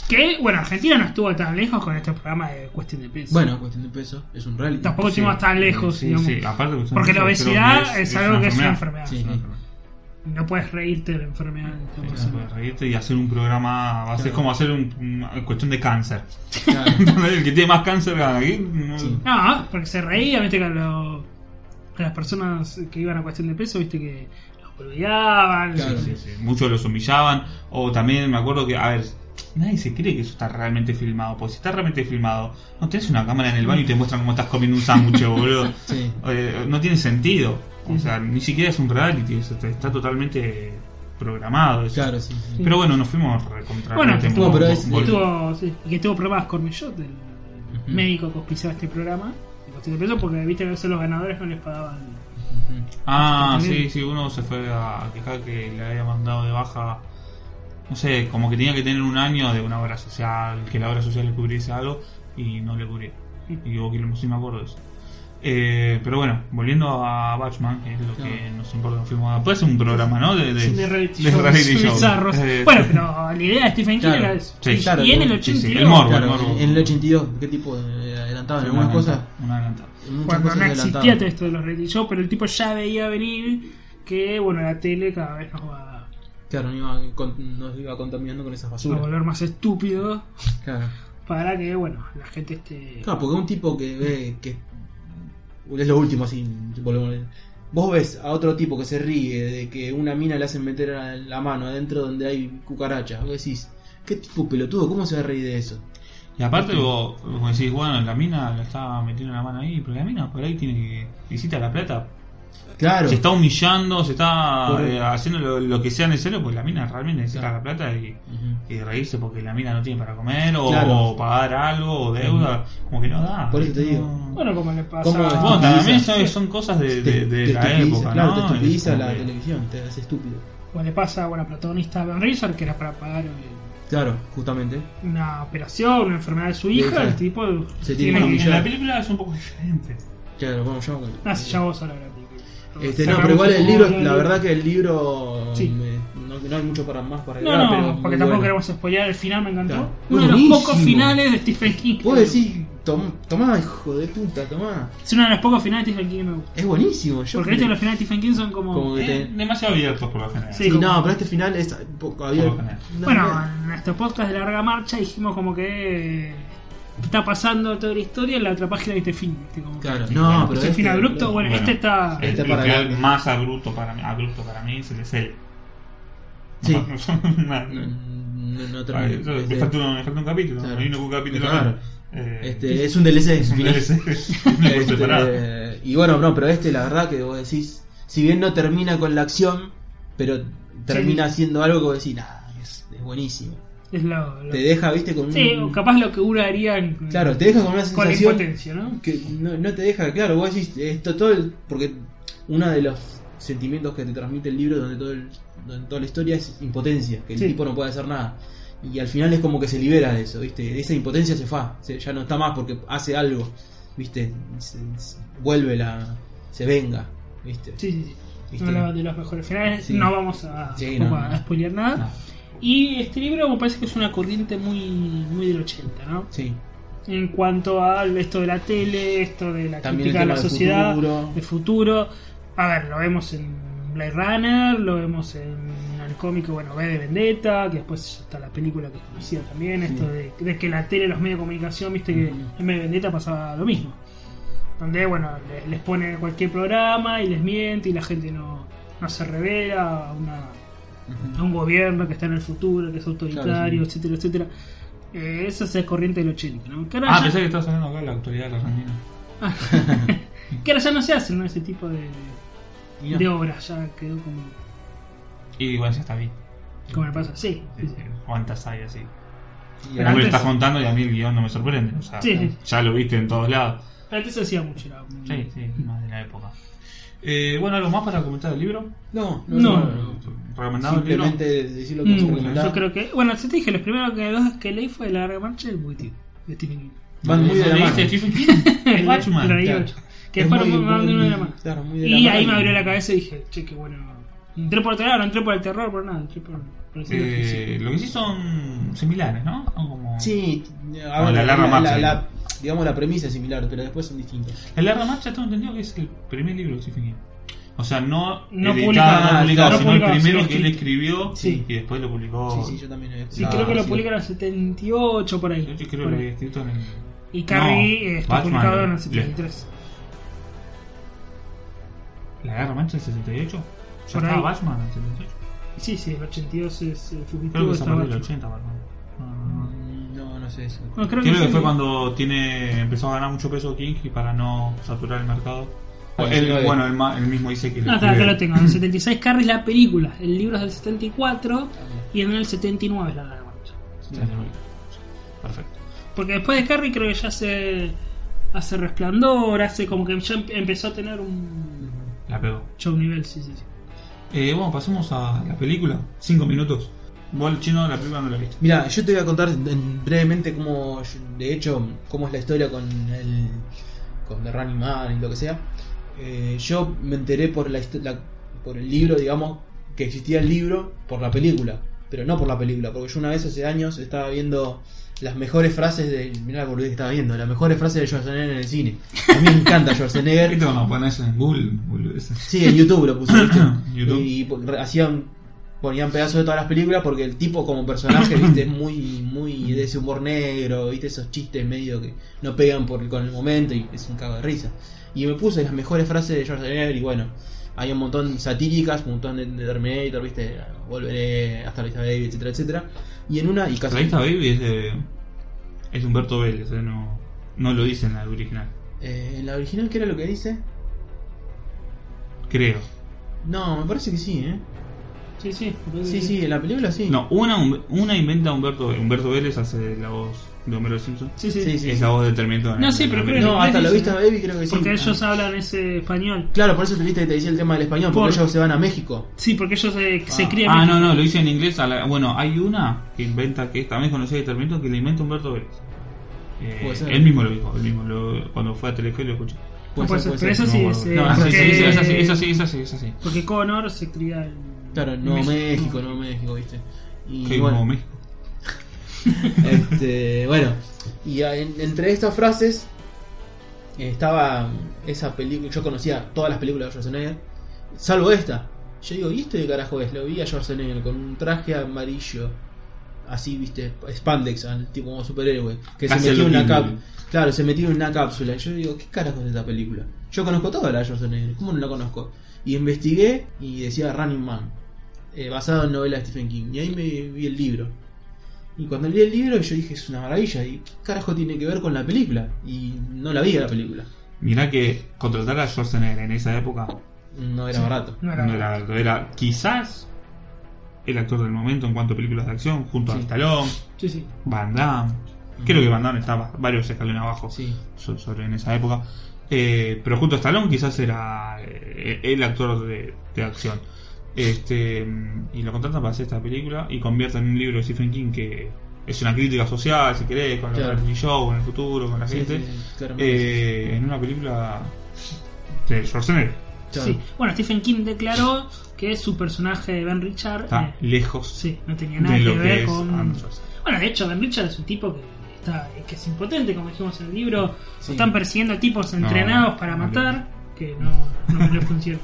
Speaker 2: Que, bueno, Argentina no estuvo tan lejos con este programa de cuestión de peso.
Speaker 3: Bueno, cuestión de peso, es un reality.
Speaker 2: tampoco estuvimos tan lejos,
Speaker 1: Sí,
Speaker 2: digamos.
Speaker 1: sí, aparte que son-
Speaker 2: Porque la
Speaker 1: creo que
Speaker 2: obesidad es, algo que es una enfermedad.
Speaker 3: Sí.
Speaker 1: Es una enfermedad.
Speaker 2: No puedes reírte de la enfermedad. de esta
Speaker 1: Sí, no
Speaker 2: persona.
Speaker 1: puedes reírte y hacer un programa va a ser
Speaker 3: Claro.
Speaker 1: como hacer un- una cuestión de cáncer
Speaker 3: Claro.
Speaker 1: el que tiene más cáncer gana aquí no-
Speaker 3: Sí.
Speaker 2: No, porque se reía, viste que a, lo- a las personas que iban a cuestión de peso, viste que los olvidaban.
Speaker 3: Claro.
Speaker 2: sí,
Speaker 1: Sí, sí, muchos los humillaban o también me acuerdo que a ver nadie se cree que eso está realmente filmado porque si está realmente filmado no tenés una cámara en el baño y te muestran cómo estás comiendo un sándwich boludo
Speaker 3: Sí.
Speaker 1: Eh, no tiene sentido o sea ni siquiera es un reality eso está, está totalmente programado eso.
Speaker 3: Claro, sí. sí.
Speaker 1: pero bueno nos fuimos recontra
Speaker 2: Bueno,
Speaker 1: realmente
Speaker 3: estuvo,
Speaker 1: vol-
Speaker 3: pero es-
Speaker 2: Que
Speaker 1: vol-
Speaker 2: tuvo, sí, y que tuvo problemas Cornillot, el médico que auspiciaba este programa de cuestión de peso, porque viste que a veces los ganadores no les pagaban.
Speaker 3: Ujú.
Speaker 1: Ah,
Speaker 2: Está
Speaker 1: sí,
Speaker 2: bien.
Speaker 1: sí, uno se fue a quejar que le había mandado de baja, no sé, como que tenía que tener un año de una obra social, que la obra social le cubriese algo y no le cubría. Y yo que no sí me acuerdo de eso. Eh, pero bueno, volviendo a Batchman, que es lo que
Speaker 3: Claro.
Speaker 1: nos importa, nos fuimos a- Puede ser un programa, ¿no? De, de,
Speaker 2: de reality
Speaker 1: de
Speaker 2: shows
Speaker 1: reality show.
Speaker 2: bizarros.
Speaker 1: Eh,
Speaker 2: Bueno, pero la idea de Stephen King
Speaker 3: Claro.
Speaker 2: era eso.
Speaker 1: Sí,
Speaker 2: y,
Speaker 3: claro,
Speaker 2: y en el
Speaker 1: sí, sí,
Speaker 2: 82,
Speaker 1: el morbo,
Speaker 3: Claro,
Speaker 1: Bueno,
Speaker 3: en el 82, ¿qué tipo de adelantado? En
Speaker 1: una
Speaker 3: algunas
Speaker 1: adelanta-
Speaker 3: cosas.
Speaker 1: una adelantada.
Speaker 3: en muchas
Speaker 2: cuando
Speaker 3: cosas
Speaker 2: no
Speaker 3: adelantado.
Speaker 2: existía todo esto de los reality shows, pero el tipo ya veía venir que, bueno, la tele cada vez nos va
Speaker 3: Claro, nos iba, con- nos iba contaminando con esas
Speaker 2: a
Speaker 3: basuras.
Speaker 2: volver más estúpidos
Speaker 3: Claro.
Speaker 2: para que, bueno, la gente esté...
Speaker 3: Claro, porque un tipo que ve que. Es lo último, así. volvemos. Vos ves a otro tipo que se ríe de que una mina le hacen meter a la mano adentro donde hay cucarachas. Vos decís, ¿qué tipo pelotudo? ¿Cómo se va a reír de eso?
Speaker 1: Y aparte vos, vos decís, bueno, la mina la estaba metiendo la mano ahí, pero la mina por ahí tiene que visita la plata
Speaker 3: Claro.
Speaker 1: Se está humillando, se está
Speaker 3: Correcto.
Speaker 1: eh, haciendo lo, lo que sea necesario porque la mina realmente necesita
Speaker 3: Claro.
Speaker 1: la plata y,
Speaker 3: Ujú.
Speaker 1: y reírse porque la mina no tiene para comer o,
Speaker 3: Claro.
Speaker 1: pagar algo o deuda. Como que no da.
Speaker 3: Por eso te
Speaker 1: no-
Speaker 3: digo.
Speaker 2: Bueno, como le pasa.
Speaker 3: ¿Cómo
Speaker 1: Bueno, también
Speaker 3: Estupidiza.
Speaker 1: son, son cosas de, de- de
Speaker 3: Te- te
Speaker 1: la
Speaker 3: estupidiza,
Speaker 1: época,
Speaker 3: Claro, te
Speaker 1: ¿no?
Speaker 3: estupidiza
Speaker 1: Es como
Speaker 3: la
Speaker 1: que-
Speaker 3: televisión, te hace estúpido.
Speaker 2: como le pasa bueno, a protagonista Ben Reason, que era para pagar eh,
Speaker 3: Claro, justamente.
Speaker 2: una operación, una enfermedad de su
Speaker 3: Sí,
Speaker 2: hija,
Speaker 3: sí.
Speaker 2: el tipo
Speaker 3: Se tiene
Speaker 1: Bueno,
Speaker 3: que
Speaker 1: en
Speaker 3: humillar.
Speaker 1: la película es un poco diferente.
Speaker 3: Claro, vamos, ya vamos.
Speaker 2: Ah, sí, ya vos ahora la película.
Speaker 3: Este, no,
Speaker 2: Sacamos
Speaker 3: pero igual
Speaker 2: un
Speaker 3: el
Speaker 2: poco
Speaker 3: libro,
Speaker 2: del
Speaker 3: la
Speaker 2: libro.
Speaker 3: verdad que el libro.
Speaker 2: Sí.
Speaker 3: me- no, no hay mucho para más para
Speaker 2: No,
Speaker 3: agregar, pero
Speaker 2: no,
Speaker 3: muy
Speaker 2: porque tampoco
Speaker 3: bueno.
Speaker 2: queremos spoilear, el final me encantó.
Speaker 3: Claro.
Speaker 2: Uno de los
Speaker 3: Buenísimo.
Speaker 2: pocos finales de Stephen King.
Speaker 3: Vos decís, tom- tomá, hijo de puta, tomá.
Speaker 2: Es uno de los pocos finales de Stephen King que me gusta.
Speaker 3: Es buenísimo.
Speaker 2: Porque
Speaker 3: Yo
Speaker 2: este viste que los finales de Stephen King son como.
Speaker 3: Como-
Speaker 1: Eh,
Speaker 3: Te-
Speaker 1: demasiado abiertos por lo general.
Speaker 2: Sí.
Speaker 3: Sí, no, pero este final es. po- había-
Speaker 1: Por lo general.
Speaker 3: no,
Speaker 2: eh. bueno,
Speaker 3: no.
Speaker 2: en nuestro podcast de larga marcha dijimos como que. eh, Está pasando toda la historia en la otra página de este film. ¿viste? Como que-
Speaker 3: Claro, no, pero.
Speaker 2: Es el
Speaker 3: este-
Speaker 2: fin abrupto, bueno,
Speaker 1: Bueno,
Speaker 2: este está.
Speaker 1: El,
Speaker 3: Este
Speaker 1: el
Speaker 3: para
Speaker 1: final
Speaker 3: mí.
Speaker 1: más abrupto para mí, abrupto para mí es el de Cell.
Speaker 3: Sí.
Speaker 1: Una-
Speaker 3: No, no, no
Speaker 1: Ah,
Speaker 3: termina.
Speaker 1: eso,
Speaker 3: Este,
Speaker 1: me, falta un, me falta un capítulo,
Speaker 3: Claro.
Speaker 1: me vino con un capítulo.
Speaker 3: Claro.
Speaker 1: acá. Eh,
Speaker 3: este, es un DLC.
Speaker 1: es un
Speaker 3: final.
Speaker 1: DLC, uno por separado.
Speaker 3: Este, y bueno, no, pero este, la verdad que vos decís, si bien no termina con la acción, pero termina haciendo algo que vos decís, nah, es, es buenísimo.
Speaker 2: Es lo, lo-
Speaker 3: Te deja, viste, con
Speaker 2: Sí,
Speaker 3: un.
Speaker 2: capaz lo que Ura haría en-
Speaker 3: Claro, te deja con una
Speaker 2: con la
Speaker 3: sensación
Speaker 2: impotencia, ¿no?
Speaker 3: que no, no te deja, claro, vos decís, esto todo el- porque uno de los sentimientos que te transmite el libro donde, todo el- donde toda la historia es impotencia, que el
Speaker 2: Sí.
Speaker 3: tipo no puede hacer nada. Y al final es como que se libera de eso, ¿viste? Esa impotencia se fa, se- ya no está más porque hace algo, ¿viste? Se- se- vuelve la... se venga, ¿viste?
Speaker 2: Sí, sí, sí.
Speaker 3: Viste.
Speaker 2: Hablaba de los mejores finales.
Speaker 3: Sí.
Speaker 2: No vamos a,
Speaker 3: Sí,
Speaker 2: tampoco
Speaker 3: no, no.
Speaker 2: a spoilear nada.
Speaker 3: No,
Speaker 2: Y este libro me parece que es una corriente muy, muy del 80, ¿no?
Speaker 3: sí,
Speaker 2: En cuanto a esto de la tele, esto de la
Speaker 3: También
Speaker 2: crítica
Speaker 3: el
Speaker 2: a
Speaker 3: tema
Speaker 2: la
Speaker 3: del
Speaker 2: sociedad,
Speaker 3: futuro.
Speaker 2: de futuro. A ver, lo vemos en Blade Runner, lo vemos en el cómic, bueno, B de Vendetta, que después está la película que es conocida también, esto de, de que la tele, los medios de comunicación, viste que
Speaker 3: Ujú.
Speaker 2: en B de Vendetta pasaba lo mismo. Donde, bueno, le- les pone cualquier programa y les miente y la gente no, no se revela a una a un gobierno que está en el futuro, que es autoritario,
Speaker 3: Claro, sí.
Speaker 2: etcétera, etcétera. Eh, esa es la corriente del 80, ¿no? Que ahora,
Speaker 1: Ah, pensé
Speaker 2: ya,
Speaker 1: que estabas hablando acá de la autoridad de la Argentina.
Speaker 2: que ahora ya no se hacen ¿no? ese tipo de,
Speaker 3: Y no.
Speaker 2: de obras, ya quedó como,
Speaker 1: Y bueno, ya está bien.
Speaker 2: como le pasa. Sí, sí,
Speaker 1: Sí,
Speaker 2: sí.
Speaker 1: sí, ¿Cuántas hay así? Vos
Speaker 2: Pero
Speaker 3: Y
Speaker 1: me
Speaker 2: antes-
Speaker 1: estás contando y a mí el guión no me sorprende. O sea,
Speaker 2: Sí, sí.
Speaker 1: ya lo viste en todos lados.
Speaker 2: Antes se hacía mucho. Era,
Speaker 1: Ah, Sí, sí, más de la época. Eh, bueno, ¿algo más para comentar del libro?
Speaker 3: No,
Speaker 2: No.
Speaker 1: ¿Recomendado el libro?
Speaker 3: Simplemente decir lo que
Speaker 2: Mm,
Speaker 3: vamos a
Speaker 2: yo
Speaker 3: recomendar.
Speaker 2: creo que. Bueno, si te dije, los primeros que, dos que leí fue La Larga Marcha y el Buitir de Stephen King.
Speaker 3: Van muy de la mano.
Speaker 1: ¿Leíste este Stephen King? El Watchman.
Speaker 2: Lo leí
Speaker 3: claro.
Speaker 2: ocho. Que
Speaker 3: Es
Speaker 2: fueron
Speaker 3: muy-
Speaker 2: más de
Speaker 3: muy-
Speaker 2: uno de la mano.
Speaker 3: claro, muy de la
Speaker 2: Y
Speaker 3: mano
Speaker 2: ahí me
Speaker 3: y-
Speaker 2: abrió la cabeza y dije, che, qué bueno. Entré por otro lado, no entré por el terror, por nada, entré por, por el siglo XV.
Speaker 1: Eh, lo que sí son similares, ¿no? Son como...
Speaker 3: Sí, a
Speaker 1: Como
Speaker 3: ver,
Speaker 1: la larga marcha,
Speaker 3: la- digamos la premisa es similar, pero después son distintos.
Speaker 1: La larga marcha tengo entendido que es el primer libro de Stephen King. O sea, no,
Speaker 2: No
Speaker 1: editado,
Speaker 2: publicado,
Speaker 1: no publicado,
Speaker 3: no
Speaker 1: sino
Speaker 2: publicado,
Speaker 1: el
Speaker 2: sino
Speaker 1: primero que él
Speaker 2: escrito.
Speaker 1: escribió
Speaker 3: Sí.
Speaker 1: y después lo
Speaker 3: Sí,
Speaker 1: publicó.
Speaker 3: sí, yo también había
Speaker 2: Sí,
Speaker 1: Ah,
Speaker 2: creo que lo
Speaker 1: sí.
Speaker 2: publicaron en el 78 por ahí.
Speaker 1: Yo creo que lo
Speaker 2: Bueno,
Speaker 1: había escrito en el.
Speaker 2: Y Carrie
Speaker 1: No,
Speaker 2: eh, está
Speaker 1: Batman,
Speaker 2: publicado en
Speaker 1: le-
Speaker 2: el 73.
Speaker 1: ¿La larga marcha del 78? ¿Ya
Speaker 2: Por
Speaker 1: estaba
Speaker 2: ahí.
Speaker 1: Batman en el 78?
Speaker 2: Sí, sí, el 82 es el
Speaker 1: Creo
Speaker 2: fugitivo.
Speaker 1: que se
Speaker 2: está
Speaker 1: perdió el
Speaker 2: Batman.
Speaker 1: 80, Batman. No, no, no.
Speaker 3: Mm, No, no sé eso.
Speaker 2: No, creo que,
Speaker 1: Creo que
Speaker 2: sí.
Speaker 1: fue cuando tiene empezó a ganar mucho peso King y para no saturar el mercado.
Speaker 3: Ah,
Speaker 1: Él-
Speaker 3: sí, lo de-
Speaker 1: bueno, él, ma- él mismo dice que.
Speaker 2: No, está, acá Ah, lo tengo. En el 76 Carrie es la película. El libro es del 74
Speaker 3: Ah, mira.
Speaker 2: y en el 79 es la Larga Marcha.
Speaker 1: Perfecto.
Speaker 2: Porque después de Carrie creo que ya hace, hace Resplandor, hace como que ya empe- empezó a tener un
Speaker 1: La pegó.
Speaker 2: show nivel, sí, sí, sí.
Speaker 1: Eh, bueno, pasemos a la película. Cinco minutos. Vos, chino, la película no la viste.
Speaker 3: Pues Mira, yo te voy a contar en- brevemente cómo, de hecho, cómo es la historia con el, con The Running Man y lo que sea. Eh, yo me enteré por la, histo- la- por el libro, digamos, que existía el libro por la película, pero no por la película, porque yo una vez hace años estaba viendo las mejores frases de, mira la boludez que estaba viendo, las mejores frases de Schwarzenegger en el cine. A mí me encanta Schwarzenegger.
Speaker 1: ¿Qué te van a poner eso en Google? boludo? Ese.
Speaker 3: Sí, en YouTube lo puse, ¿viste?
Speaker 1: YouTube.
Speaker 3: Y po- re- hacían ponían pedazos de todas las películas porque el tipo como personaje, viste, es muy muy de ese humor negro, viste esos chistes medio que no pegan por con el momento y es un cago de risa. Y me puse las mejores frases de George Miller y bueno, hay un montón satíricas, un montón de, de Terminator, viste, volveré hasta la vista baby, etcétera, etcétera. Y en una y
Speaker 1: La
Speaker 3: casi
Speaker 1: lista Baby es de. Es de Humberto Vélez, eh, no, no lo dice en la original.
Speaker 3: eh, en la original qué era lo que dice?
Speaker 1: creo.
Speaker 3: No, me parece que sí, ¿eh?
Speaker 2: Sí, sí. porque-
Speaker 3: Sí, sí, en la película sí.
Speaker 1: No, una, una inventa Humberto, Humberto Vélez, hace la voz de Homero Simpson.
Speaker 2: Sí, sí.
Speaker 3: Sí, sí.
Speaker 1: Es la voz de Terminator.
Speaker 2: No, sí, pero creo
Speaker 1: No,
Speaker 3: No, hasta la
Speaker 2: Disney,
Speaker 3: vista
Speaker 2: ¿no?
Speaker 3: baby creo que sí.
Speaker 2: Porque ellos
Speaker 3: Ah.
Speaker 2: hablan ese español.
Speaker 3: Claro, por eso te viste que te decía el tema del español, porque
Speaker 2: Por-
Speaker 3: ellos se van a México.
Speaker 2: Sí, porque ellos se, se
Speaker 3: Ah.
Speaker 2: crían.
Speaker 1: Ah,
Speaker 2: en-
Speaker 1: no, no, lo hice en inglés. a la- bueno, hay una que inventa, que es también conocida de Terminator, que la inventa Humberto Vélez. Eh,
Speaker 3: Puede ser.
Speaker 1: él mismo lo dijo, él mismo lo- cuando fue a Telefe lo escuché.
Speaker 2: No puede ser, pero eso
Speaker 1: No,
Speaker 2: sí
Speaker 1: bueno,
Speaker 2: es. eh,
Speaker 1: no, esa sí,
Speaker 2: porque-
Speaker 1: sí, esa sí, esa sí, esa sí, esa sí.
Speaker 2: Porque Connor se cría en.
Speaker 3: Claro,
Speaker 2: en
Speaker 3: Nuevo México, Nuevo México, viste. Y
Speaker 1: Que
Speaker 3: bueno,
Speaker 1: como México.
Speaker 3: este, bueno, y a- en- entre estas frases eh, estaba esa película, yo conocía todas las películas de Schwarzenegger, salvo esta. Yo digo, ¿y esto de carajo es? Lo vi a Schwarzenegger con un traje amarillo, así, viste, spandex, al tipo como superhéroe, que
Speaker 1: Casi
Speaker 3: se metió en
Speaker 1: lo
Speaker 3: una
Speaker 1: mismo.
Speaker 3: cápsula. Claro, se metió en una cápsula. Y yo digo, ¿qué carajo es esta película? Yo conozco toda la de Schwarzenegger, ¿cómo no la conozco? Y investigué y decía Running Man, eh, basado en novela de Stephen King. Y ahí me vi el libro. Y cuando leí el libro yo dije, es una maravilla, ¿y qué carajo tiene que ver con la película? Y no la vi la película.
Speaker 1: Mirá que contratar a Schwarzenegger en esa época
Speaker 3: No era barato.
Speaker 2: No era-
Speaker 1: no era barato, era quizás el actor del momento en cuanto a películas de acción, junto a
Speaker 3: Sí. Mm.
Speaker 1: Stallone,
Speaker 2: Sí, sí.
Speaker 1: Van Damme. Creo que Van Damme estaba varios escalones abajo
Speaker 3: Sí.
Speaker 1: so- sobre en esa época. Eh, pero junto a Stallone quizás era eh, el actor de, de acción. Este, mm, y lo contratan para hacer esta película y convierten en un libro de Stephen King que es una crítica social, si querés, con los
Speaker 3: Claro.
Speaker 1: reality show, en el futuro, con la
Speaker 3: Sí,
Speaker 1: gente.
Speaker 3: sí, sí, claramente.
Speaker 1: Eh, en una película de Schwarzenegger.
Speaker 3: Claro.
Speaker 2: Sí. Bueno, Stephen King declaró que su personaje de Ben Richard.
Speaker 1: Está
Speaker 2: eh,
Speaker 1: lejos
Speaker 2: sí, no tenía nada
Speaker 1: de
Speaker 2: que
Speaker 1: lo que
Speaker 2: ver
Speaker 1: es
Speaker 2: con.
Speaker 1: Arnold Schwarzenegger.
Speaker 2: Bueno, de hecho, Ben Richard es un tipo que está que es impotente, como dijimos en el libro. Lo
Speaker 3: Sí.
Speaker 2: Están persiguiendo tipos
Speaker 1: no,
Speaker 2: entrenados para
Speaker 1: no,
Speaker 2: matar, que no, no le funciona.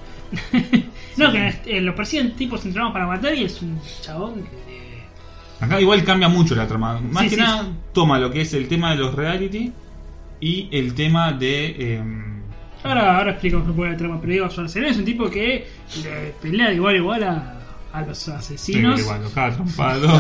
Speaker 2: no, que eh, lo persiguen tipos entrenados para matar y es un chabón que. eh,
Speaker 1: Acá igual cambia mucho la trama. Más
Speaker 2: Sí,
Speaker 1: que
Speaker 2: sí.
Speaker 1: nada toma lo que es el tema de los reality y el tema de... em,
Speaker 2: Ahora, ahora explicamos un poco la trama, pero digo, Schwarzenegger es un tipo que le pelea de igual a igual a, a los asesinos.
Speaker 1: de igual, los cada trompado.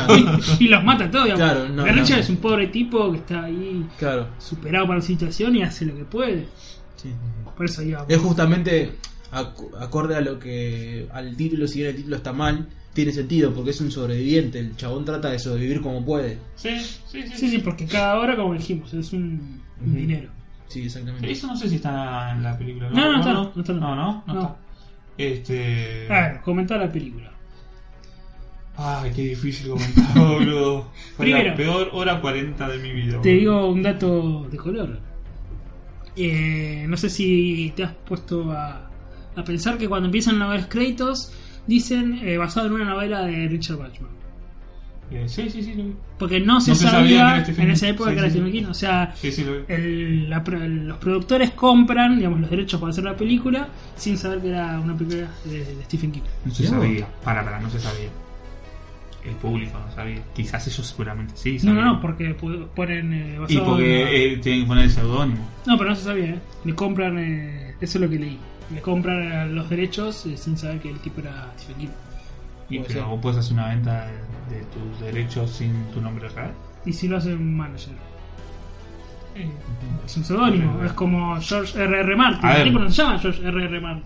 Speaker 2: y los mata a todos. digamos.
Speaker 3: Claro, no,
Speaker 2: Ben
Speaker 3: no.
Speaker 2: Richard es un pobre tipo que está ahí
Speaker 3: Claro.
Speaker 2: superado por la situación y hace lo que puede.
Speaker 3: Sí.
Speaker 2: Por eso digo,
Speaker 3: Es justamente ac- acorde a lo que al título, si bien el título está mal, tiene sentido porque es un sobreviviente. El chabón trata de sobrevivir como puede.
Speaker 1: sí, sí, sí,
Speaker 2: sí, sí, porque cada hora, como dijimos, es un, un
Speaker 3: Ujú.
Speaker 2: dinero.
Speaker 3: Sí, exactamente.
Speaker 1: Eso no sé si está en la película.
Speaker 2: No, no, no está,
Speaker 1: ¿No?
Speaker 2: no está, no.
Speaker 1: No, no, no
Speaker 2: No.
Speaker 1: está. Este...
Speaker 2: Claro, comentar la película.
Speaker 1: Ay, qué difícil comentar, boludo. Fue la
Speaker 2: Primero.
Speaker 1: peor hora 40 de mi vida.
Speaker 2: Te
Speaker 1: boludo.
Speaker 2: digo un dato de color. Eh, no sé si te has puesto a, a pensar que cuando empiezan a ver créditos, dicen eh, basado en una novela de Richard Bachman.
Speaker 1: Eh, sí, sí, sí. Lo vi.
Speaker 2: Porque no se
Speaker 1: No se sabía que
Speaker 2: sabía,
Speaker 1: era Stephen
Speaker 2: en
Speaker 1: King.
Speaker 2: esa época
Speaker 1: Sí,
Speaker 2: que era
Speaker 1: sí,
Speaker 2: Stephen
Speaker 1: sí.
Speaker 2: King. O sea,
Speaker 1: Sí, sí, lo vi.
Speaker 2: el- la pro- el- los productores compran digamos, los derechos para hacer la película sin saber que era una película de, de Stephen King.
Speaker 1: No se
Speaker 3: Mirá vos.
Speaker 1: sabía. Para, para, no se sabía. El público no sabía. Quizás ellos seguramente sí.
Speaker 2: No,
Speaker 1: Sabían.
Speaker 2: no, no, porque pu- ponen eh,
Speaker 1: Y
Speaker 2: basado en-
Speaker 1: porque eh, tienen que poner el seudónimo.
Speaker 2: No, pero no se sabía, ¿eh? Le compran, eh, eso es lo que leí. Le compran los derechos eh, sin saber que el tipo era Stephen King.
Speaker 1: Y
Speaker 3: Puede
Speaker 1: pero
Speaker 3: ser.
Speaker 1: vos puedes hacer una venta de, de tus derechos sin tu nombre real.
Speaker 2: Y si lo hace un manager. Eh, es un seudónimo, es como George R.R. Martin.
Speaker 1: A ver.
Speaker 2: El tipo no se llama George R.R. Martin.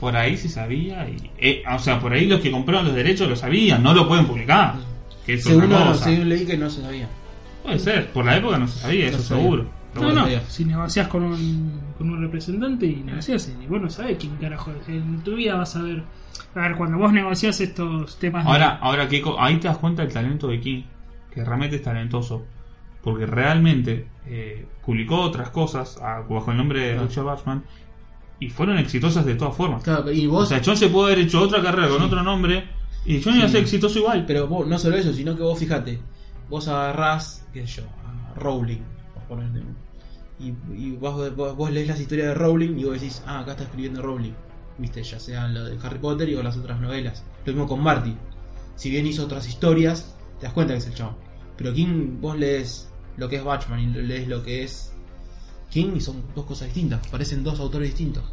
Speaker 1: Por ahí se sabía. Y, eh, o sea, por ahí los que compraron los derechos lo sabían. No lo pueden publicar. Que es
Speaker 3: Según,
Speaker 1: otra
Speaker 3: lo-
Speaker 1: cosa.
Speaker 3: según leí que no se sabía.
Speaker 1: Puede ser. Por la época no se sabía,
Speaker 3: No
Speaker 1: eso
Speaker 3: se sabía.
Speaker 1: seguro. Pero
Speaker 2: No,
Speaker 1: bueno,
Speaker 2: no,
Speaker 3: Dios.
Speaker 2: si negocias con un, con un representante y negocias, y vos no sabés quién carajo es. En tu vida vas a ver. A ver, cuando vos negocias estos temas. de-
Speaker 1: Ahora, ahora que co- ahí te das cuenta del talento de King, que realmente es talentoso, porque realmente eh, publicó otras cosas ah, bajo el nombre de
Speaker 3: Ah.
Speaker 1: Richard Bachman y fueron exitosas de todas formas.
Speaker 3: Claro, y
Speaker 1: O
Speaker 3: vos,
Speaker 1: sea, John se puede haber hecho otra carrera con otro nombre y John iba a ser exitoso igual.
Speaker 3: pero vos, no solo eso, sino que vos fíjate, vos agarrás, qué sé yo, a Rowling, por ponerte un- y, y vos, vos, vos lees las historias de Rowling y vos decís, ah, acá está escribiendo Rowling, viste, ya sea lo de Harry Potter y o las otras novelas. Lo mismo con Marty. Si bien hizo otras historias, te das cuenta que es el chabón. Pero King, vos lees lo que es Batman y lees lo que es King y son dos cosas distintas, parecen dos autores distintos.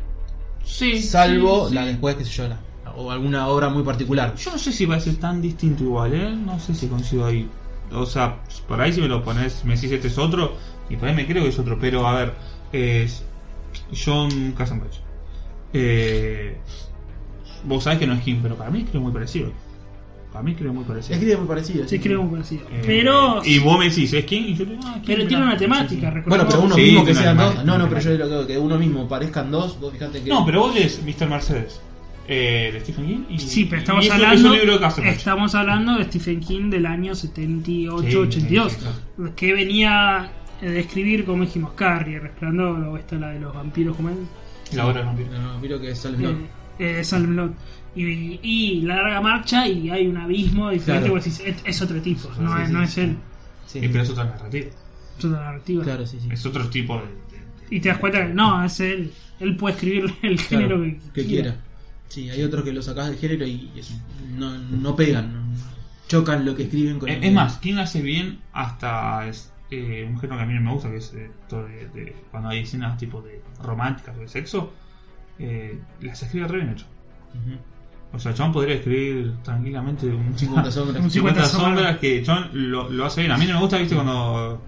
Speaker 1: Sí,
Speaker 3: Salvo
Speaker 1: sí,
Speaker 3: la
Speaker 1: sí.
Speaker 3: después, que se yo, la- o alguna obra muy particular.
Speaker 1: Yo no sé si va a ser tan distinto igual, ¿eh? No sé si coincido ahí. O sea, por ahí si me lo pones, me decís este es otro, y por ahí me creo que es otro, pero a ver, es John Casambach. Eh, Vos sabés que no es Jim, pero para mí escribe muy parecido. Para mí escribe muy parecido.
Speaker 3: Escribe muy parecido.
Speaker 2: Sí,
Speaker 3: sí.
Speaker 2: escribe muy parecido.
Speaker 1: Eh,
Speaker 2: pero
Speaker 1: Y vos me decís, ¿es Kim? Y yo digo, ah, Kim,
Speaker 2: pero
Speaker 1: mirá.
Speaker 2: tiene una
Speaker 1: Sí,
Speaker 2: temática,
Speaker 1: sí.
Speaker 2: recordemos.
Speaker 3: Bueno, pero uno
Speaker 1: Sí,
Speaker 3: mismo que
Speaker 1: tiene
Speaker 3: sean
Speaker 1: animales,
Speaker 3: dos. No, no,
Speaker 1: tiene
Speaker 3: pero yo lo creo que uno mismo parezcan dos. Vos fijate que.
Speaker 1: No, pero vos lees Mr. Mercedes, eh, de Stephen King. Y,
Speaker 2: Sí, pero estamos
Speaker 1: y es un-
Speaker 2: hablando,
Speaker 1: Es un libro de Castleman.
Speaker 2: estamos hablando de Stephen King del año 78-82,
Speaker 1: Sí, sí,
Speaker 2: que venía de escribir, como dijimos, Carrie, Resplandor, o esta la de los vampiros, como es,
Speaker 1: La obra de vampiro.
Speaker 3: No, no, miro que es
Speaker 2: eh,
Speaker 3: Salmón.
Speaker 2: eh, Salem Lot. Y, y la larga marcha y hay un abismo diferente,
Speaker 3: Claro.
Speaker 2: porque decís, es, es otro tipo,
Speaker 1: Sí,
Speaker 2: no,
Speaker 1: sí,
Speaker 2: es,
Speaker 1: sí.
Speaker 2: Ah, no es él,
Speaker 3: Sí,
Speaker 1: Eh, pero es otra narrativa.
Speaker 2: es otra narrativa.
Speaker 3: claro, sí, sí.
Speaker 1: Es otro tipo de. de- de-
Speaker 2: Y te das cuenta que no, es él, él puede escribir el
Speaker 3: Claro,
Speaker 2: género que,
Speaker 3: que quiera. Sí, hay otros que lo sacás del género y es- no, no pegan. no- chocan lo que escriben con
Speaker 1: Eh,
Speaker 3: el-
Speaker 1: es más, King hace bien hasta es- eh, un género que a mí no me gusta, que es eh, todo de- de- cuando hay escenas tipo de románticas o de sexo, eh, las escribe re bien hecho.
Speaker 3: Ujú.
Speaker 1: O sea, John podría escribir tranquilamente un
Speaker 3: 50 sombras. Mm.
Speaker 2: Un
Speaker 1: 50
Speaker 2: 50
Speaker 1: sombras
Speaker 2: sombras.
Speaker 1: que John lo, lo hace bien. A mí no me gusta, viste, cuando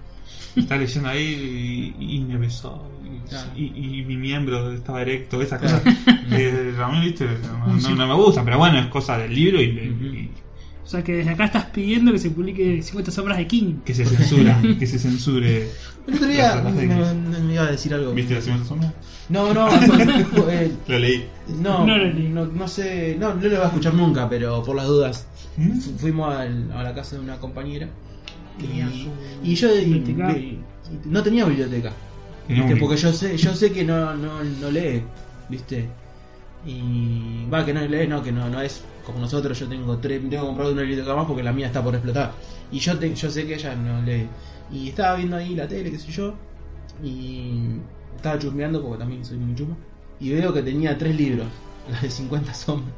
Speaker 1: está leyendo ahí y, y me besó. y-
Speaker 3: Claro.
Speaker 1: Y, y mi miembro estaba erecto, esas
Speaker 3: Claro.
Speaker 1: cosas. Eh, a mí, viste, no, no- no me gusta, pero bueno, es cosa del libro y, y-
Speaker 2: O sea que desde acá estás pidiendo que se publique 50 sombras de King.
Speaker 1: que se censura, que se censure.
Speaker 3: El otro día
Speaker 1: Las
Speaker 3: me,
Speaker 1: tratas de
Speaker 3: me- me iba a decir algo.
Speaker 1: ¿Viste las 50 sombras?
Speaker 3: No, no, no, eh,
Speaker 1: Lo leí.
Speaker 3: no,
Speaker 2: No lo leí.
Speaker 3: no, no sé, no, no lo va a escuchar nunca, pero por las dudas.
Speaker 1: ¿Mm?
Speaker 3: Fu- Fuimos al- a la casa de una compañera
Speaker 2: Tenía
Speaker 3: y,
Speaker 2: su
Speaker 3: y yo y-
Speaker 2: biblioteca.
Speaker 3: y- no tenía biblioteca.
Speaker 1: Tenía un
Speaker 3: ¿viste?
Speaker 1: libro.
Speaker 3: Porque yo sé, yo sé que no, no, no lee, ¿viste? Y va, que no lee, no, que no, no es como nosotros, yo tengo tres, tengo que comprar una biblioteca más porque la mía está por explotar. Y yo te- yo sé que ella no lee. Y estaba viendo ahí la tele, qué sé yo, y estaba chusmeando porque también soy muy chuma. Y veo que tenía tres libros, las de 50 sombras.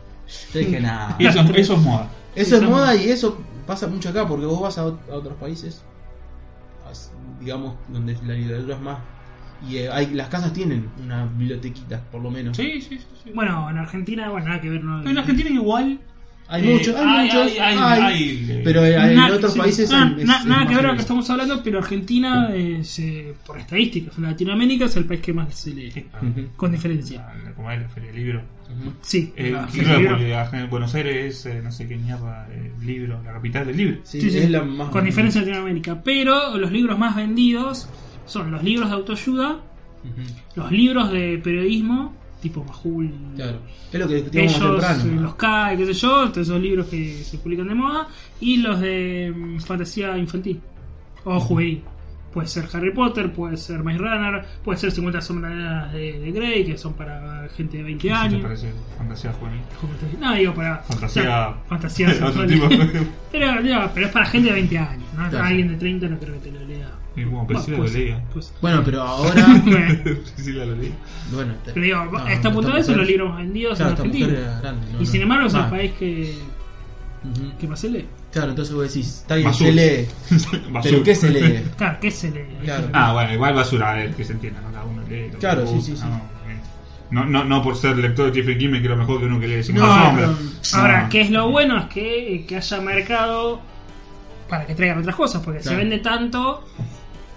Speaker 3: Yo dije, nada.
Speaker 1: Y eso, eso es moda.
Speaker 2: Sí,
Speaker 3: Eso es
Speaker 2: son-
Speaker 3: moda y eso pasa mucho acá, porque vos vas a, ot- a otros países, as- digamos, donde la literatura es más... Y eh, hay, las casas tienen una bibliotequita, por lo menos.
Speaker 1: Sí, sí, sí. sí.
Speaker 2: Bueno, en Argentina, bueno, nada que ver, ¿no?
Speaker 1: Pero en Argentina igual.
Speaker 3: Hay
Speaker 1: eh,
Speaker 3: muchos, hay, muchos,
Speaker 1: Hay, hay,
Speaker 3: hay,
Speaker 1: hay, eh,
Speaker 3: pero eh, en
Speaker 2: Nada-
Speaker 3: otros
Speaker 2: sí,
Speaker 3: países...
Speaker 2: nada-
Speaker 3: es-
Speaker 2: na-
Speaker 3: es
Speaker 2: nada
Speaker 3: más
Speaker 2: que ver a lo que
Speaker 3: generoso.
Speaker 2: estamos hablando, pero Argentina, es, eh, por estadísticas, en Latinoamérica es el país que más se lee,
Speaker 1: Sí, ah,
Speaker 3: Ujú.
Speaker 2: con diferencia.
Speaker 1: ah, Como es la feria del libro.
Speaker 3: Ujú.
Speaker 2: Sí,
Speaker 1: Eh,
Speaker 2: la-
Speaker 1: creo que
Speaker 2: el libro.
Speaker 1: porque Buenos Aires es eh, no sé qué mierda, eh, libro, la capital del libro.
Speaker 3: Sí,
Speaker 2: Sí, sí,
Speaker 3: es la más...
Speaker 2: con diferencia en Latinoamérica. Pero los libros más vendidos son los libros de autoayuda,
Speaker 3: Ujú.
Speaker 2: los libros de periodismo, tipo Majul,
Speaker 3: Claro. Es lo que discutíamos
Speaker 2: ellos,
Speaker 3: temprano.
Speaker 2: eh, los K, qué sé yo, todos esos libros que se publican de moda, y los de mm, fantasía infantil o juvenil. Puede ser Harry Potter, puede ser Maze Runner, puede ser 50 sombras de, de Grey, que son para gente de 20
Speaker 1: No sé si te
Speaker 2: años.
Speaker 1: parece fantasía juvenil.
Speaker 2: No, digo para...
Speaker 1: Fantasía-
Speaker 2: o sea, fantasía
Speaker 1: Otro
Speaker 2: sexual.
Speaker 1: tipo.
Speaker 2: pero, digo, pero es para gente de 20 años, ¿no?
Speaker 3: Claro.
Speaker 2: Alguien de 30 no creo que te lo lea.
Speaker 1: Y bueno, pero sí la
Speaker 2: pues,
Speaker 1: lo leía.
Speaker 2: pues-
Speaker 3: Bueno, pero ahora...
Speaker 2: Bueno,
Speaker 1: Sí, la lo leí.
Speaker 3: bueno, te-
Speaker 2: pero digo,
Speaker 3: no,
Speaker 2: esta puntada
Speaker 3: Ah, esta
Speaker 2: son los
Speaker 3: mujer-
Speaker 2: libros más vendidos
Speaker 3: Claro,
Speaker 2: en
Speaker 3: esta
Speaker 2: Argentina.
Speaker 3: mujer era grande, no,
Speaker 2: y
Speaker 3: no.
Speaker 2: sin embargo es el
Speaker 3: Ah,
Speaker 2: país que,
Speaker 3: ujú.
Speaker 2: que más se lee.
Speaker 3: Claro, entonces vos decís, está bien,
Speaker 1: Basura.
Speaker 3: se lee. ¿Pero
Speaker 1: Basura.
Speaker 3: qué se lee?
Speaker 2: Claro, ¿qué se lee?
Speaker 3: Claro.
Speaker 1: Ah, bueno, igual basura, a ver, que se entienda, ¿no? Cada uno lee. lo que
Speaker 3: Claro,
Speaker 1: le
Speaker 3: sí,
Speaker 1: gusta,
Speaker 3: sí, sí.
Speaker 1: ¿no? Eh, No, no, no por ser lector de Stephen King me creo mejor que uno que lee 50
Speaker 3: No,
Speaker 1: sombras.
Speaker 3: pero-
Speaker 2: Ahora,
Speaker 1: No.
Speaker 2: ¿qué es lo bueno? Es que, eh, que haya mercado para que traigan otras cosas, porque
Speaker 3: Claro.
Speaker 2: se vende tanto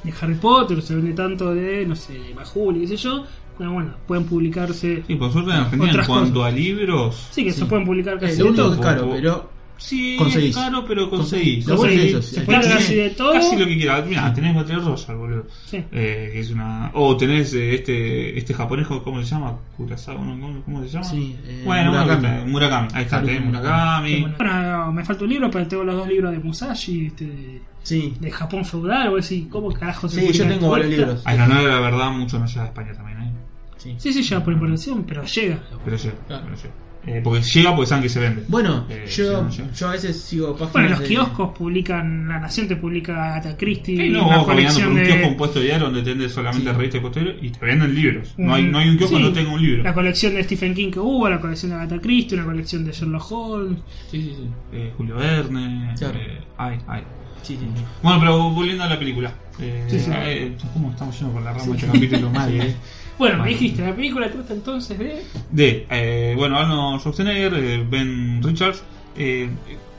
Speaker 2: de Harry Potter, se vende tanto de, no sé, de Majul y qué sé yo. Pero bueno, pueden publicarse.
Speaker 1: Sí, por suerte en Argentina, en
Speaker 2: Otras
Speaker 1: cuanto a libros.
Speaker 2: Sí, que
Speaker 3: Sí.
Speaker 2: se pueden publicar
Speaker 3: Eh,
Speaker 2: casi
Speaker 3: Lo
Speaker 2: de
Speaker 1: un-
Speaker 3: único
Speaker 2: todo.
Speaker 3: que es caro, pero
Speaker 1: Sí,
Speaker 3: Conseguís.
Speaker 1: es caro, pero conseguís.
Speaker 3: Lo bueno es eso.
Speaker 2: Se
Speaker 3: sí,
Speaker 2: puede
Speaker 3: sí,
Speaker 2: hacer
Speaker 1: Casi
Speaker 2: así de todo.
Speaker 1: Casi lo que quieras. Mira, tenés Battle Royale, boludo.
Speaker 2: Sí.
Speaker 1: Eh, que es una. O tenés eh, este este japonés, ¿cómo se llama? Curazao, ¿no? ¿cómo, cómo se llama?
Speaker 3: Sí, eh,
Speaker 1: bueno, uno que
Speaker 3: Murakami.
Speaker 1: está- Murakami. Ahí está,
Speaker 3: Haruki
Speaker 1: tenés
Speaker 2: Qué
Speaker 1: Murakami.
Speaker 2: bueno. Bueno, me falta un libro, pero tengo los dos libros de Musashi, este, de,
Speaker 3: Sí,
Speaker 2: de Japón feudal, o así, ¿cómo carajo se
Speaker 3: Sí, yo
Speaker 2: publican
Speaker 3: tengo varios
Speaker 2: cuesta?
Speaker 3: libros.
Speaker 1: Ay, no, no, la verdad, mucho no llega a España también, ¿eh?
Speaker 3: sí.
Speaker 2: Sí, sí, llega por importación, pero llega.
Speaker 1: Pero llega.
Speaker 3: Claro.
Speaker 1: pero llega. Eh, porque llega porque saben que se vende.
Speaker 3: Bueno,
Speaker 1: Eh,
Speaker 3: yo,
Speaker 1: sí, no, sí.
Speaker 3: yo a veces sigo páginas.
Speaker 2: Bueno, los
Speaker 3: de-
Speaker 2: kioscos publican, La Nación te publica Agatha Christie,
Speaker 1: Sí, no,
Speaker 2: una
Speaker 1: vos caminando por
Speaker 2: colección
Speaker 1: un kiosco
Speaker 2: de
Speaker 1: un puesto diario donde tenés solamente
Speaker 3: Sí.
Speaker 1: revista y posterior y te venden libros. No
Speaker 2: un-
Speaker 1: hay, no hay un kiosco
Speaker 2: Mm. sí,
Speaker 1: que no tenga un libro.
Speaker 2: La colección de Stephen King que hubo, la colección de Agatha Christie, una colección de Sherlock Holmes.
Speaker 3: Sí, sí, sí.
Speaker 1: Eh, Julio Verne.
Speaker 3: Claro.
Speaker 1: eh, ay, ay.
Speaker 3: Sí, sí.
Speaker 1: Bueno, pero volviendo a la película. Eh,
Speaker 2: Sí, sí.
Speaker 1: eh, ¿Cómo estamos yendo por la rama de este capítulo mal, eh?
Speaker 2: Bueno, me
Speaker 1: Bueno.
Speaker 2: dijiste, la película trata entonces de.
Speaker 1: De, eh, bueno, Arnold Schwarzenegger, eh, Ben Richards. eh,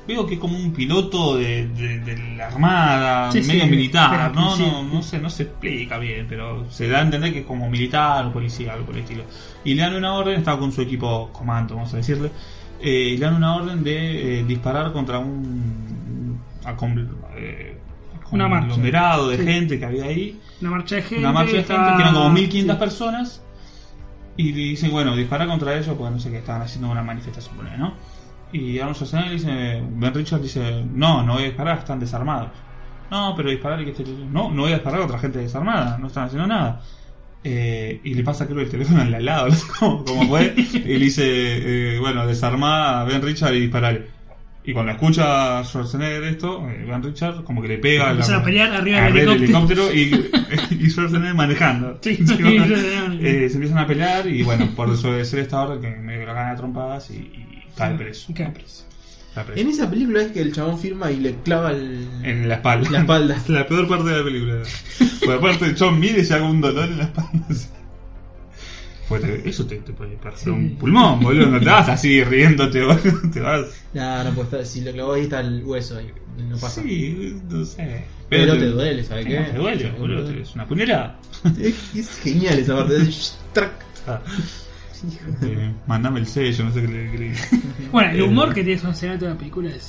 Speaker 1: veo que es como un piloto de, de- de la armada,
Speaker 2: Sí, sí,
Speaker 1: medio militar,
Speaker 2: pero
Speaker 1: ¿no?
Speaker 2: sí.
Speaker 1: No, no, se, no se explica bien, pero se da a entender que es como militar o policía, algo por el estilo. Y le dan una orden, está con su equipo comando, vamos a decirle, eh, y le dan una orden de eh, disparar contra un acom- eh,
Speaker 2: Una marcha.
Speaker 1: conglomerado de
Speaker 2: Sí.
Speaker 1: gente que había ahí
Speaker 2: Una marcha de gente.
Speaker 1: una marcha de gente,
Speaker 2: está-
Speaker 1: que eran como 1500
Speaker 2: sí.
Speaker 1: personas, y dicen, bueno, dispara contra ellos porque no sé qué, estaban haciendo una manifestación, ponele, ¿no? Y Arnold Schwarzenegger dice, Ben Richards dice, no, no voy a disparar, están desarmados. No, pero disparar y que este- No, no voy a disparar contra gente desarmada, no están haciendo nada. Eh, y le pasa creo el teléfono al de al lado, ¿no? como, como fue, y le dice, eh, bueno, desarmá a Ben Richards y disparale. Y cuando escucha Schwarzenegger esto, eh, Ben Richards como que le pega a la-
Speaker 2: Empiezan a pelear arriba del
Speaker 1: el helicóptero y, y Schwarzenegger manejando.
Speaker 2: Sí,
Speaker 1: Sí,
Speaker 2: sí,
Speaker 1: bueno,
Speaker 2: sí.
Speaker 1: eh, se empiezan a pelear y bueno, por desobedecer esta orden que me la gana a trompadas y, y cae preso.
Speaker 2: Cae preso.
Speaker 1: Cae preso.
Speaker 3: En esa película es que el chabón firma y le clava el.
Speaker 1: Pues. En la espalda.
Speaker 3: La espalda.
Speaker 1: La peor parte de la película. Por aparte, John Mire se haga un dolor en la espalda. Pues te- eso te, te puede parecer
Speaker 2: Sí.
Speaker 1: un pulmón, boludo. No te vas así riéndote, boludo. Te vas.
Speaker 3: Nah, no puede estar. Si lo clavó ahí está el hueso ahí. No pasa.
Speaker 1: Sí, no sé.
Speaker 3: Pero te duele, ¿sabes qué?
Speaker 1: No, te duele, boludo. Es una puñalada.
Speaker 3: Es, es genial esa parte. Es- trac.
Speaker 2: Ah.
Speaker 3: Hijo de-
Speaker 1: Eh, mandame el sello, no sé qué le, qué le-
Speaker 2: Bueno, el
Speaker 1: Eh,
Speaker 2: humor que tiene Schwarzenegger en toda la película es.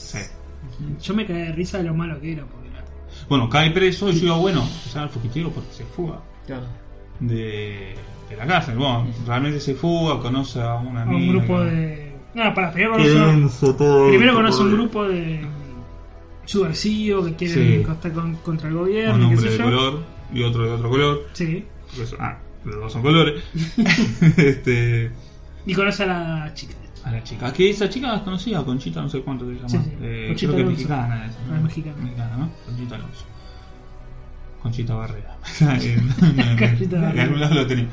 Speaker 1: Sí.
Speaker 2: Yo me caí de risa de lo malo que era. Porque era...
Speaker 1: Bueno, cae preso y yo digo, bueno, ya el fugitivo porque se fuga
Speaker 3: Claro.
Speaker 1: de, de la cárcel. Bueno, realmente se fuga, conoce a una
Speaker 2: a un
Speaker 1: mina
Speaker 2: grupo
Speaker 1: que-
Speaker 2: de. No, para, primero
Speaker 1: que
Speaker 2: conoce,
Speaker 1: denso todo
Speaker 2: primero
Speaker 1: esto,
Speaker 2: conoce un
Speaker 1: pobre.
Speaker 2: grupo de. mm, subversivos que
Speaker 1: Sí.
Speaker 2: quieren estar contra el
Speaker 1: Un
Speaker 2: gobierno, qué
Speaker 1: hombre
Speaker 2: sé
Speaker 1: de
Speaker 2: yo.
Speaker 1: color y otro de otro color.
Speaker 2: Sí.
Speaker 1: porque son- ah, los dos son colores. este,
Speaker 2: Y conoce a la chica.
Speaker 1: a la chica. Que esa chica es conocida, Conchita, no sé cuánto se llama.
Speaker 2: Sí, sí.
Speaker 1: Eh,
Speaker 2: Conchita
Speaker 1: creo que es
Speaker 2: Alonso.
Speaker 1: mexicana. esa, ¿no?
Speaker 2: Ah, es mexicana.
Speaker 1: ¿no? Conchita Alonso. Conchita Barrera. En- en algún lado lo tenía.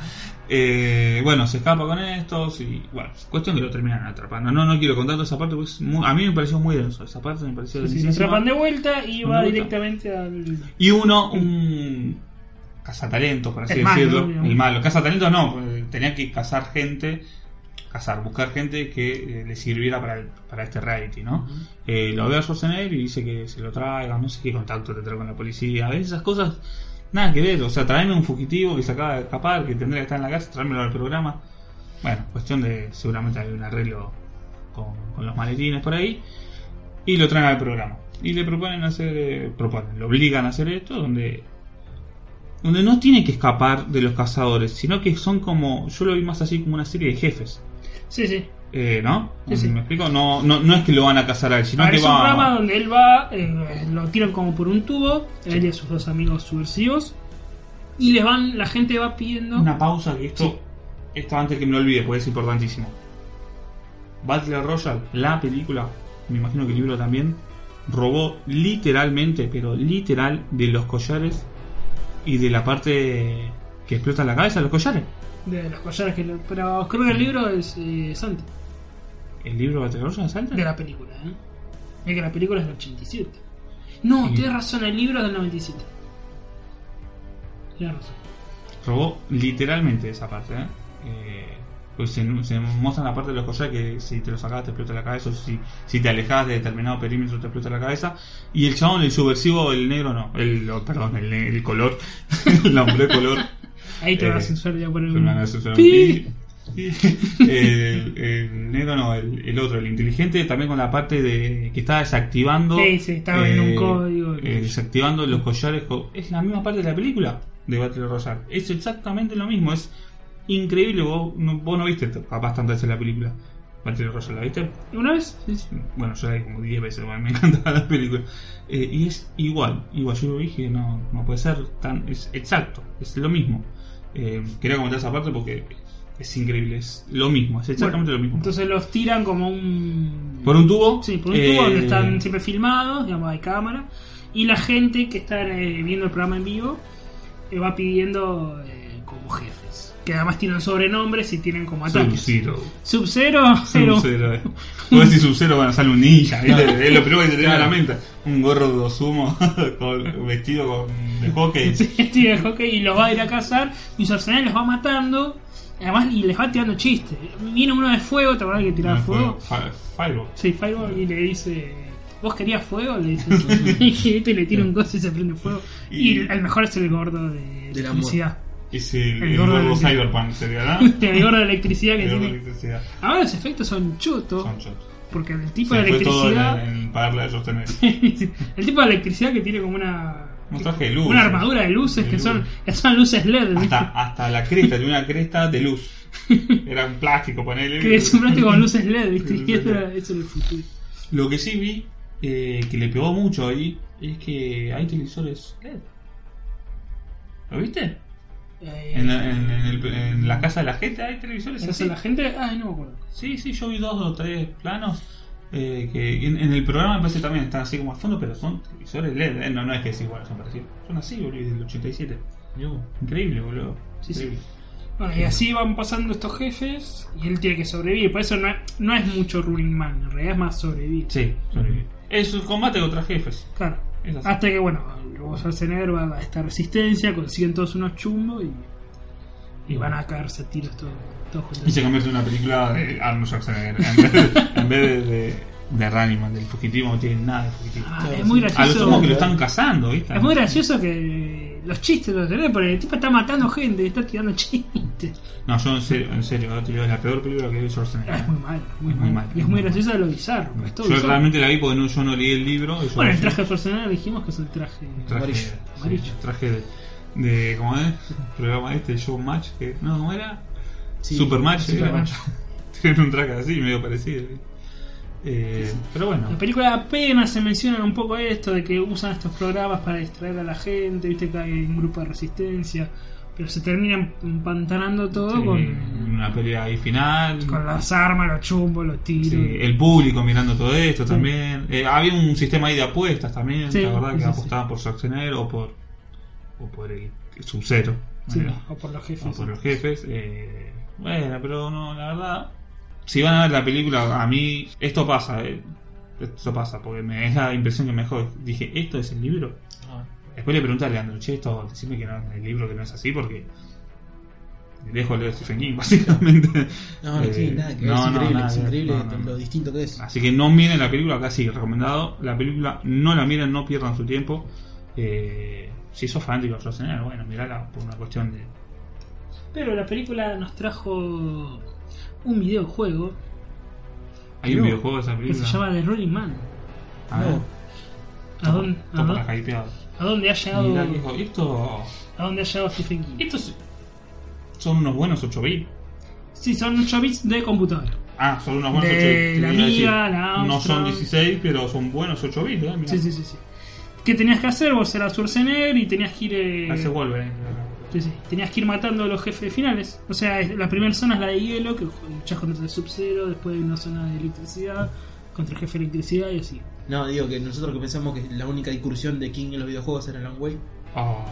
Speaker 1: Eh, bueno, se escapa con estos y bueno, cuestión que lo terminan atrapando. No, no quiero contar toda esa parte porque es muy- a mí me pareció muy denso. Esa parte me pareció
Speaker 2: Sí, sí, lo
Speaker 1: densísima.
Speaker 2: atrapan de vuelta y
Speaker 1: De
Speaker 2: va
Speaker 1: vuelta.
Speaker 2: directamente al.
Speaker 1: Y uno, un cazatalentos, por así
Speaker 2: El malo,
Speaker 1: decirlo.
Speaker 2: digamos.
Speaker 1: el malo. Cazatalentos no, eh, tenía que cazar gente, cazar, buscar gente que eh, le sirviera para, el- para este reality, ¿no? Eh, lo ve a Schwarzenegger y dice que se lo traiga, no sé qué contacto tendrá con la policía. A veces esas cosas, nada que ver. O sea, traeme un fugitivo que se acaba de escapar, que tendría que estar en la cárcel, tráemelo al programa. Bueno, cuestión de seguramente hay un arreglo con, con los maletines por ahí. Y lo traen al programa. Y le proponen hacer, eh, proponen, lo obligan a hacer esto, donde donde no tiene que escapar de los cazadores, sino que son como, yo lo vi más así como una serie de jefes.
Speaker 2: Sí, sí.
Speaker 1: Eh, ¿No?
Speaker 2: Sí, sí.
Speaker 1: ¿Me explico? No, no, no es que lo van a cazar a él, sino
Speaker 2: Ahora,
Speaker 1: que
Speaker 2: es un
Speaker 1: va
Speaker 2: programa donde él va, eh, lo tiran como por un tubo, él y a sus dos amigos subversivos, y les van, la gente va pidiendo.
Speaker 1: Una pausa que esto. Esto antes que me lo olvide, porque es importantísimo. Battle Royale, la película, me imagino que el libro también, robó literalmente, pero literal, de los collares y de la parte que explota la cabeza, los collares.
Speaker 2: De los collares que. le- Pero creo que el libro es eh, es antes
Speaker 1: ¿El libro Battle Royale salta?
Speaker 2: de la película, ¿eh? Es que la película es del 87. No,
Speaker 1: Sí.
Speaker 2: tienes razón, el libro es del 97. Tienes razón.
Speaker 1: Robó literalmente esa parte, ¿eh? Eh, pues se, se muestra la parte de los collares que si te los sacas te explota la cabeza, o si, si te alejas de determinado perímetro te explota la cabeza. Y el chabón, el subversivo, el negro no, el, oh, perdón, el, ne- el color, el hombre color,
Speaker 2: Ahí te
Speaker 1: Eh,
Speaker 2: van a censurar ya por el.
Speaker 1: me van a censurar un
Speaker 2: ¡Pi!
Speaker 1: pi. el, el negro no, el, el otro, el inteligente, también con la parte de que está desactivando.
Speaker 2: Sí, sí, estaba en un código.
Speaker 1: eh, desactivando los collares. co- Es la misma parte de la película de Battle Royale. Es exactamente lo mismo. Es increíble. Vos no, vos no viste t- capaz tantas veces la película. Battle Royale, ¿la viste?
Speaker 2: ¿Una vez? Sí, sí.
Speaker 1: Bueno, yo la vi como 10 veces. bueno, me encantaba la película. Eh, y es igual. Igual, yo lo dije, no, no puede ser tan. Es exacto. Es lo mismo. Eh, quería comentar esa parte porque es increíble. Es lo mismo. Es exactamente
Speaker 2: Bueno,
Speaker 1: lo mismo.
Speaker 2: Entonces los tiran como un.
Speaker 1: por un tubo.
Speaker 2: Sí, por un tubo donde
Speaker 1: eh,
Speaker 2: están siempre filmados, digamos, hay cámara. Y la gente que está eh, viendo el programa en vivo eh, va pidiendo eh, como jefes. Que además tienen sobrenombres y tienen como ataques.
Speaker 1: Sub-Zero.
Speaker 2: Sub-Zero, pero.
Speaker 1: Sub-Zero, eh. Vos decís Sub-Zero, bueno, sale un ninja, ¿viste? es lo primero que te viene a la
Speaker 3: Claro.
Speaker 1: mente. Un gordo sumo con- vestido con, de hockey.
Speaker 2: Sí, de hockey, y los va a ir a cazar. Y Schwarzenegger los va matando. Además, y les va tirando chistes. Viene uno de Ah, fuego, ¿te acuerdas que tiraba fuego?
Speaker 1: Fi- Fireball.
Speaker 2: Sí, Fireball y le dice. ¿Vos querías fuego? Le dice. y le tira un coso y se prende fuego. Y,
Speaker 1: Y-
Speaker 2: el mejor es el gordo de
Speaker 3: Del amor.
Speaker 2: electricidad.
Speaker 1: Es el,
Speaker 2: El
Speaker 1: el
Speaker 2: gordo
Speaker 1: nuevo
Speaker 2: del-
Speaker 1: Cyberpunk, sería, ¿verdad?
Speaker 2: el gordo Este, de electricidad que
Speaker 1: El gordo de
Speaker 2: tiene.
Speaker 1: electricidad.
Speaker 2: Ahora los efectos son chotos.
Speaker 1: este Son shots.
Speaker 2: Porque el
Speaker 1: Se
Speaker 2: tipo de
Speaker 1: fue todo en,
Speaker 2: electricidad.
Speaker 1: en pagarle a sostener.
Speaker 2: el tipo de electricidad que tiene como una.
Speaker 1: Un traje de luces.
Speaker 2: Una armadura de luces
Speaker 1: De
Speaker 2: que son,
Speaker 1: luces.
Speaker 2: que son luces LED. ¿viste?
Speaker 1: Hasta, hasta la cresta, tenía una cresta de luz. Era un plástico, ponele.
Speaker 2: Que es un plástico con luces LED, ¿viste?
Speaker 1: Sí,
Speaker 2: Y
Speaker 1: sí.
Speaker 2: esto era, eso era el futuro.
Speaker 1: Lo que sí vi eh, que le pegó mucho ahí es que hay televisores LED. ¿Lo viste?
Speaker 2: Eh,
Speaker 1: En la, en- en el- en la casa de la gente hay televisores
Speaker 2: ¿Eso
Speaker 1: así.
Speaker 2: la gente? Ay, no me acuerdo.
Speaker 1: Sí, sí, yo vi dos o tres planos eh, que en, en el programa me parece también están así como a fondo, pero son televisores LED. eh, No, no es que es igual, son parecidos. Son así, boludo, del 87. Increíble, boludo.
Speaker 2: Sí, sí.
Speaker 1: Increíble.
Speaker 2: Bueno, y así van pasando estos jefes y él tiene que sobrevivir. Por eso no es, no es mucho Running Man, en realidad es más sobrevivir.
Speaker 1: Sí, sobreviví. Es un combate contra jefes.
Speaker 2: Claro.
Speaker 1: Es así.
Speaker 2: Hasta que, bueno, luego Schwarzenegger va a esta resistencia, consiguen todos unos chumbos y, y van a caerse a tiros todos, todos
Speaker 1: Y
Speaker 2: juntos.
Speaker 1: se convierte en una película de Arnold Schwarzenegger. En vez de, en vez de, de, de Running Man, del fugitivo, no tiene nada de fugitivo.
Speaker 2: Ah,
Speaker 3: Claro,
Speaker 2: es muy
Speaker 3: sí.
Speaker 1: A lo sumo
Speaker 2: gracioso.
Speaker 1: que lo están cazando, ¿viste?
Speaker 2: Es muy gracioso que los chistes los tenés, porque el tipo está matando gente, está tirando chistes. Ah,
Speaker 1: No, yo en serio, en serio, ahora te digo, es la peor película que vi de Schwarzenegger.
Speaker 2: Es muy mal, muy,
Speaker 1: Es muy
Speaker 2: mal.
Speaker 1: mal.
Speaker 2: Y es muy gracioso de lo bizarro. es todo
Speaker 1: Yo
Speaker 2: bizarro.
Speaker 1: realmente la vi porque no, yo no leí el libro. y yo no
Speaker 2: Bueno, el
Speaker 1: sé.
Speaker 2: traje de Schwarzenegger dijimos que es el traje.
Speaker 1: traje
Speaker 3: Amarillo.
Speaker 1: sí,
Speaker 2: Amarillo.
Speaker 1: traje de, de ¿cómo es? programa este show match que no cómo era
Speaker 3: Sí,
Speaker 1: supermatch
Speaker 3: Supermatch.
Speaker 1: era. tienen un traje así medio parecido ¿eh? Eh, pero bueno
Speaker 2: La película apenas se menciona un poco esto de que usan estos programas para distraer a la gente, viste que hay un grupo de resistencia, pero se terminan empantanando todo
Speaker 1: sí,
Speaker 2: con,
Speaker 1: una pelea ahí final
Speaker 2: con las armas, los chumbos, los tiros.
Speaker 1: sí, el público mirando todo esto también Eh, había un sistema ahí de apuestas también
Speaker 2: Sí,
Speaker 1: la verdad que
Speaker 2: sí, sí.
Speaker 1: apostaban por Schwarzenegger o por o por el Sub-Zero
Speaker 2: Sí,
Speaker 1: ¿no?
Speaker 2: o por los jefes.
Speaker 1: o por los jefes. eh, bueno, pero no, la verdad. Si van a ver la película, a mí esto pasa, eh, esto pasa, porque me es la impresión que me jode. Dije, ¿esto es el libro?
Speaker 3: Ah,
Speaker 1: Después le pregunté a Leandro, che, esto, decime que no es el libro, que no es así, porque le dejo leer Stephen King, básicamente.
Speaker 3: No, no
Speaker 1: Eh,
Speaker 3: tiene nada que ver.
Speaker 1: no,
Speaker 3: es
Speaker 1: no,
Speaker 3: increíble,
Speaker 1: nada
Speaker 3: es
Speaker 1: que ver,
Speaker 3: increíble
Speaker 1: no, no, Ah. no.
Speaker 3: lo distinto que es.
Speaker 1: Así que no miren la película, acá sí, recomendado. La película no la miren, no pierdan su tiempo. Eh, si sos fanático de Schwarzenegger, bueno, mirala por una cuestión de,
Speaker 2: Pero la película nos trajo un videojuego
Speaker 1: Hay
Speaker 3: No.
Speaker 1: un videojuego de esa
Speaker 2: que
Speaker 1: película.
Speaker 2: se llama The Running Man.
Speaker 1: A ver,
Speaker 3: No.
Speaker 2: ¿A dónde, a,
Speaker 1: topa la
Speaker 2: dónde,
Speaker 1: hypeado.
Speaker 2: a dónde ha llegado,
Speaker 1: Mirá, viejo, esto,
Speaker 2: a dónde ha llegado Stephen King?
Speaker 1: estos son unos buenos 8 bits.
Speaker 2: Sí, son 8 bits de computadora.
Speaker 1: Ah, son unos buenos
Speaker 2: De
Speaker 1: 8 bits.
Speaker 2: la
Speaker 1: te iba a decir.
Speaker 2: Amiga, la
Speaker 1: No son
Speaker 2: Amstrad.
Speaker 1: 16, pero son buenos 8 bits. ¿eh? Mirá.
Speaker 2: Sí, sí, sí, sí. ¿Qué tenías que hacer? Vos eras Schwarzenegger y tenías que ir. eh,
Speaker 1: Parece Wolverine.
Speaker 2: sí, sí, Tenías que ir matando a los jefes finales. O sea, es- la primera zona es la de hielo, que luchas contra el Sub-Zero, después hay una zona de electricidad, contra el jefe de electricidad y así.
Speaker 3: No, digo que nosotros que pensamos que la única incursión de King en los videojuegos era Alan Wake.
Speaker 1: Oh.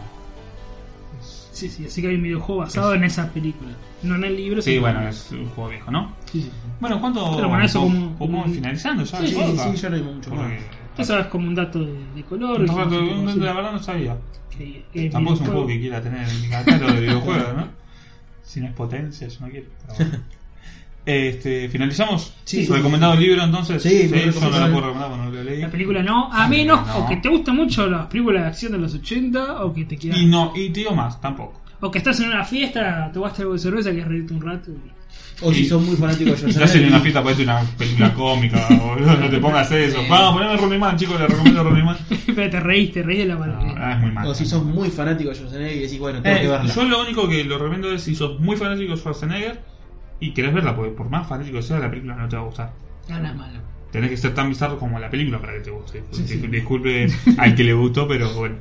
Speaker 2: Sí, sí, así que hay un videojuego basado en esa película. No en el libro,
Speaker 1: Sí,
Speaker 2: sino-
Speaker 1: bueno, es un juego viejo, ¿no?
Speaker 2: Sí, sí.
Speaker 1: Bueno, ¿cuánto?
Speaker 2: Pero bueno, eso
Speaker 1: ¿cómo-
Speaker 2: como-
Speaker 1: cómo van finalizando ya?
Speaker 3: Sí,
Speaker 1: el
Speaker 3: sí,
Speaker 1: podcast?
Speaker 3: sí, ya no hay mucho
Speaker 1: Porque-
Speaker 3: más.
Speaker 2: Eso es como un dato de, de color.
Speaker 1: No,
Speaker 2: es un
Speaker 1: porque
Speaker 2: tipo
Speaker 1: La
Speaker 2: así,
Speaker 1: verdad no sabía.
Speaker 2: que- que
Speaker 1: Tampoco es un
Speaker 2: videojuego.
Speaker 1: juego que quiera tener en mi catálogo de videojuegos, ¿no? Si no es potencia, yo no quiero. pero bueno. Este, finalizamos.
Speaker 3: Sí.
Speaker 1: recomendado el libro entonces.
Speaker 3: Sí,
Speaker 1: yo no lo
Speaker 3: me recomendaron.
Speaker 1: puedo recomendar porque no lo leí.
Speaker 2: La película no, a
Speaker 1: Ah,
Speaker 2: menos
Speaker 1: no.
Speaker 2: o que te gusten mucho las películas de acción de los 80 o que te quieras
Speaker 1: Y no, y te digo más, tampoco.
Speaker 2: O que estás en una fiesta, tomaste algo de cerveza, quieres reírte un rato. y-
Speaker 3: O si
Speaker 1: Sí.
Speaker 3: son muy fanáticos de
Speaker 1: No sería
Speaker 3: Schwarzenegger.
Speaker 1: una fiesta, parece una película cómica, boludo, no te pongas eso. Vamos, poneme Ronnie Man, chicos, le recomiendo Ronnie Man.
Speaker 2: Pero te reíste, reíste de la mano.
Speaker 1: No, ah, es muy malo.
Speaker 3: O si sos muy fanático de Schwarzenegger y decís, bueno, tengo que
Speaker 1: Eh,
Speaker 3: verla.
Speaker 1: yo lo único que lo recomiendo es si sos muy fanático de Schwarzenegger y querés verla, porque por más fanático que sea, la película no te va a gustar.
Speaker 2: No, no es malo.
Speaker 1: Tenés que ser tan bizarro como la película para que te guste.
Speaker 2: Sí, sí.
Speaker 1: Dis- Disculpe al que le gustó, pero bueno.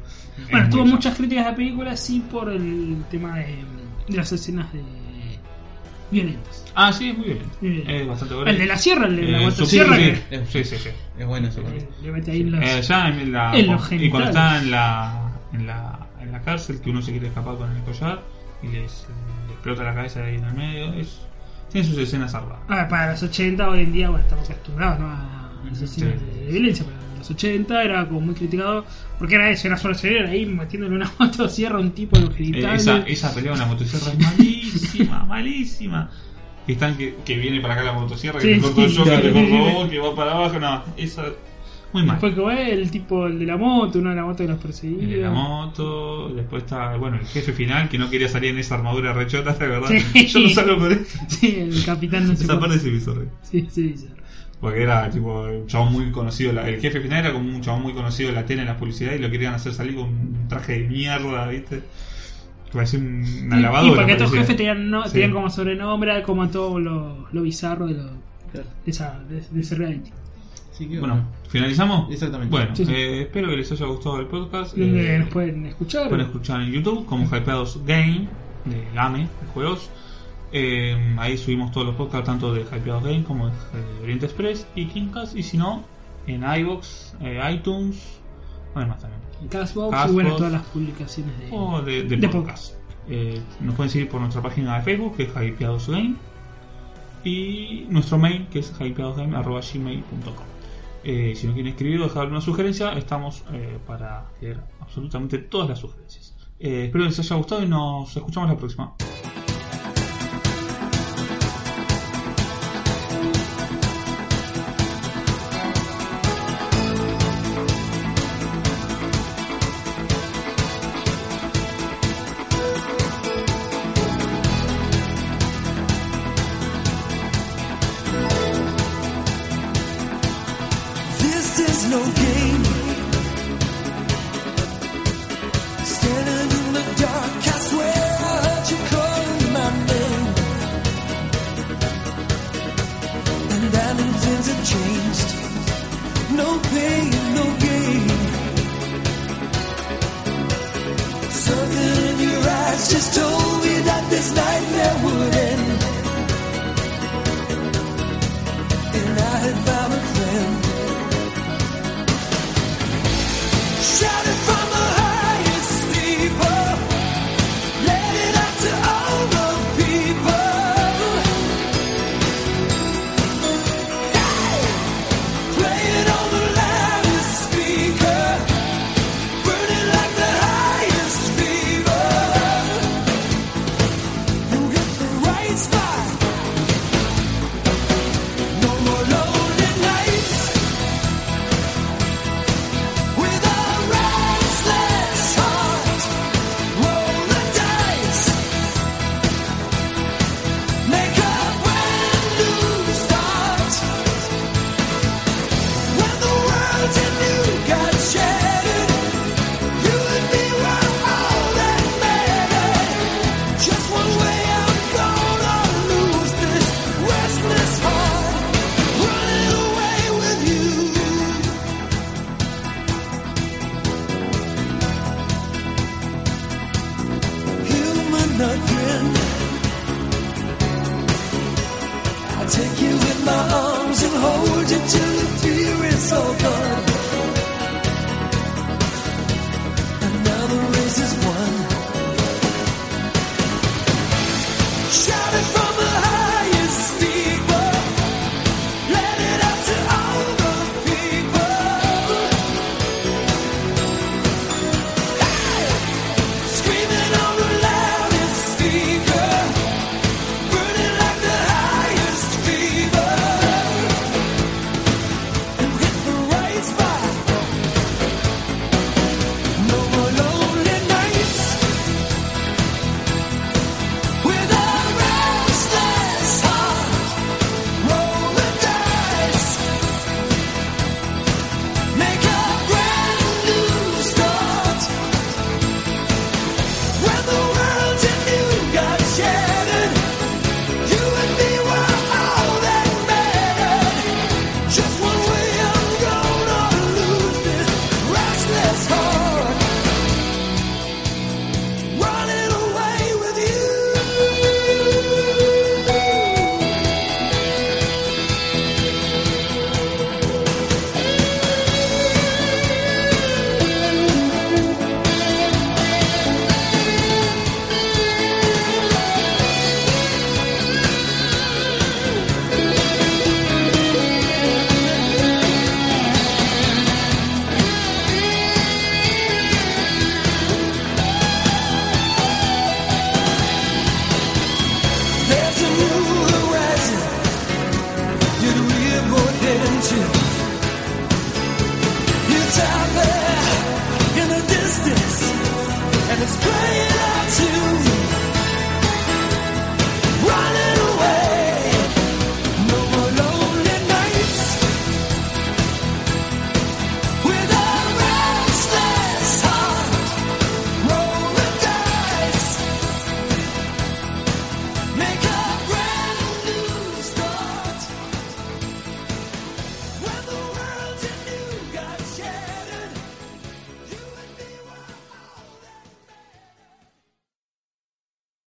Speaker 2: Bueno,
Speaker 1: Es
Speaker 2: tuvo
Speaker 1: muy
Speaker 2: muchas críticas de la película, sí, por el tema de, de las escenas de violentas.
Speaker 1: bizarro. Ah, sí, es muy violento.
Speaker 2: Muy bien.
Speaker 1: Es bastante violento.
Speaker 2: El de la sierra, el de la
Speaker 1: Eh,
Speaker 2: motosierra
Speaker 1: sí,
Speaker 2: sierra,
Speaker 1: sí,
Speaker 2: que
Speaker 1: sí, sí, sí.
Speaker 3: Es bueno eso.
Speaker 2: eh, le mete ahí los...
Speaker 1: Eh, ya en la,
Speaker 2: En los
Speaker 1: y cuando
Speaker 2: genitales.
Speaker 1: está en la, en, la, en la cárcel, que uno se quiere escapar con el collar y les, le explota la cabeza ahí en el medio, es, tiene sus escenas salvadas.
Speaker 2: Ah, para los 80, hoy en día, bueno, estamos acostumbrados ¿no? a las escenas
Speaker 1: Sí.
Speaker 2: de, de violencia, pero en los 80 era como muy criticado, porque era eso, era Schwarzenegger ahí metiéndole una motosierra a un tipo en los
Speaker 1: Eh,
Speaker 2: genitales.
Speaker 1: esa, esa pelea con la motosierra es malísima, malísima. Que están que, que viene para acá la motosierra, que
Speaker 2: Sí,
Speaker 1: te corto
Speaker 2: sí,
Speaker 1: yo, que
Speaker 2: claro.
Speaker 1: te corto vos, que va para abajo, no, esa Muy mal.
Speaker 2: Después que va el tipo, el de la moto, uno de la moto que los perseguía.
Speaker 1: El de la moto, después está, bueno, el jefe final que no quería salir en esa armadura rechota, de verdad.
Speaker 2: Sí.
Speaker 1: Yo no salgo con esto.
Speaker 2: Sí, el capitán no sé
Speaker 1: Esa
Speaker 2: cuánto.
Speaker 1: parte sí me hizo reír.
Speaker 2: Sí, sí, sí.
Speaker 1: Porque era tipo un chabón muy conocido, la- el jefe final era como un chabón muy conocido de la tele en la publicidad y lo querían hacer salir con un traje de mierda, ¿viste? Que parecía un- una
Speaker 2: Y-
Speaker 1: lavadora.
Speaker 2: Y porque estos
Speaker 1: parecía.
Speaker 2: jefes tenían, no,
Speaker 1: Sí.
Speaker 2: tenían como sobrenombre, era como todo lo, lo bizarro de, lo, de, esa, de, de ese reality.
Speaker 1: Eh,
Speaker 3: Así que,
Speaker 1: Bueno, ¿finalizamos?
Speaker 3: Exactamente.
Speaker 1: Bueno,
Speaker 2: Sí, sí.
Speaker 1: eh, espero que les haya gustado el podcast.
Speaker 2: Donde
Speaker 1: Eh,
Speaker 2: nos pueden escuchar.
Speaker 1: pueden escuchar en YouTube como Hypeados Game, de Game, de juegos. Eh, ahí subimos todos los podcasts, tanto de Hypeados Game como de eh, Oriente Express y Kingcast. Y si no, en iBox, eh, iTunes, bueno, más también.
Speaker 2: en Castbox,
Speaker 1: Castbox. Oh,
Speaker 2: y bueno, todas las publicaciones de.
Speaker 1: o de, de
Speaker 2: De
Speaker 1: podcast. Eh, nos pueden seguir por nuestra página de Facebook, que es Hypeados Game, y nuestro mail, que es hypeadosgame.gmail.com. Eh, si nos quieren escribir o dejar una sugerencia, estamos eh, para leer absolutamente todas las sugerencias. Eh, espero les haya gustado y nos escuchamos la próxima.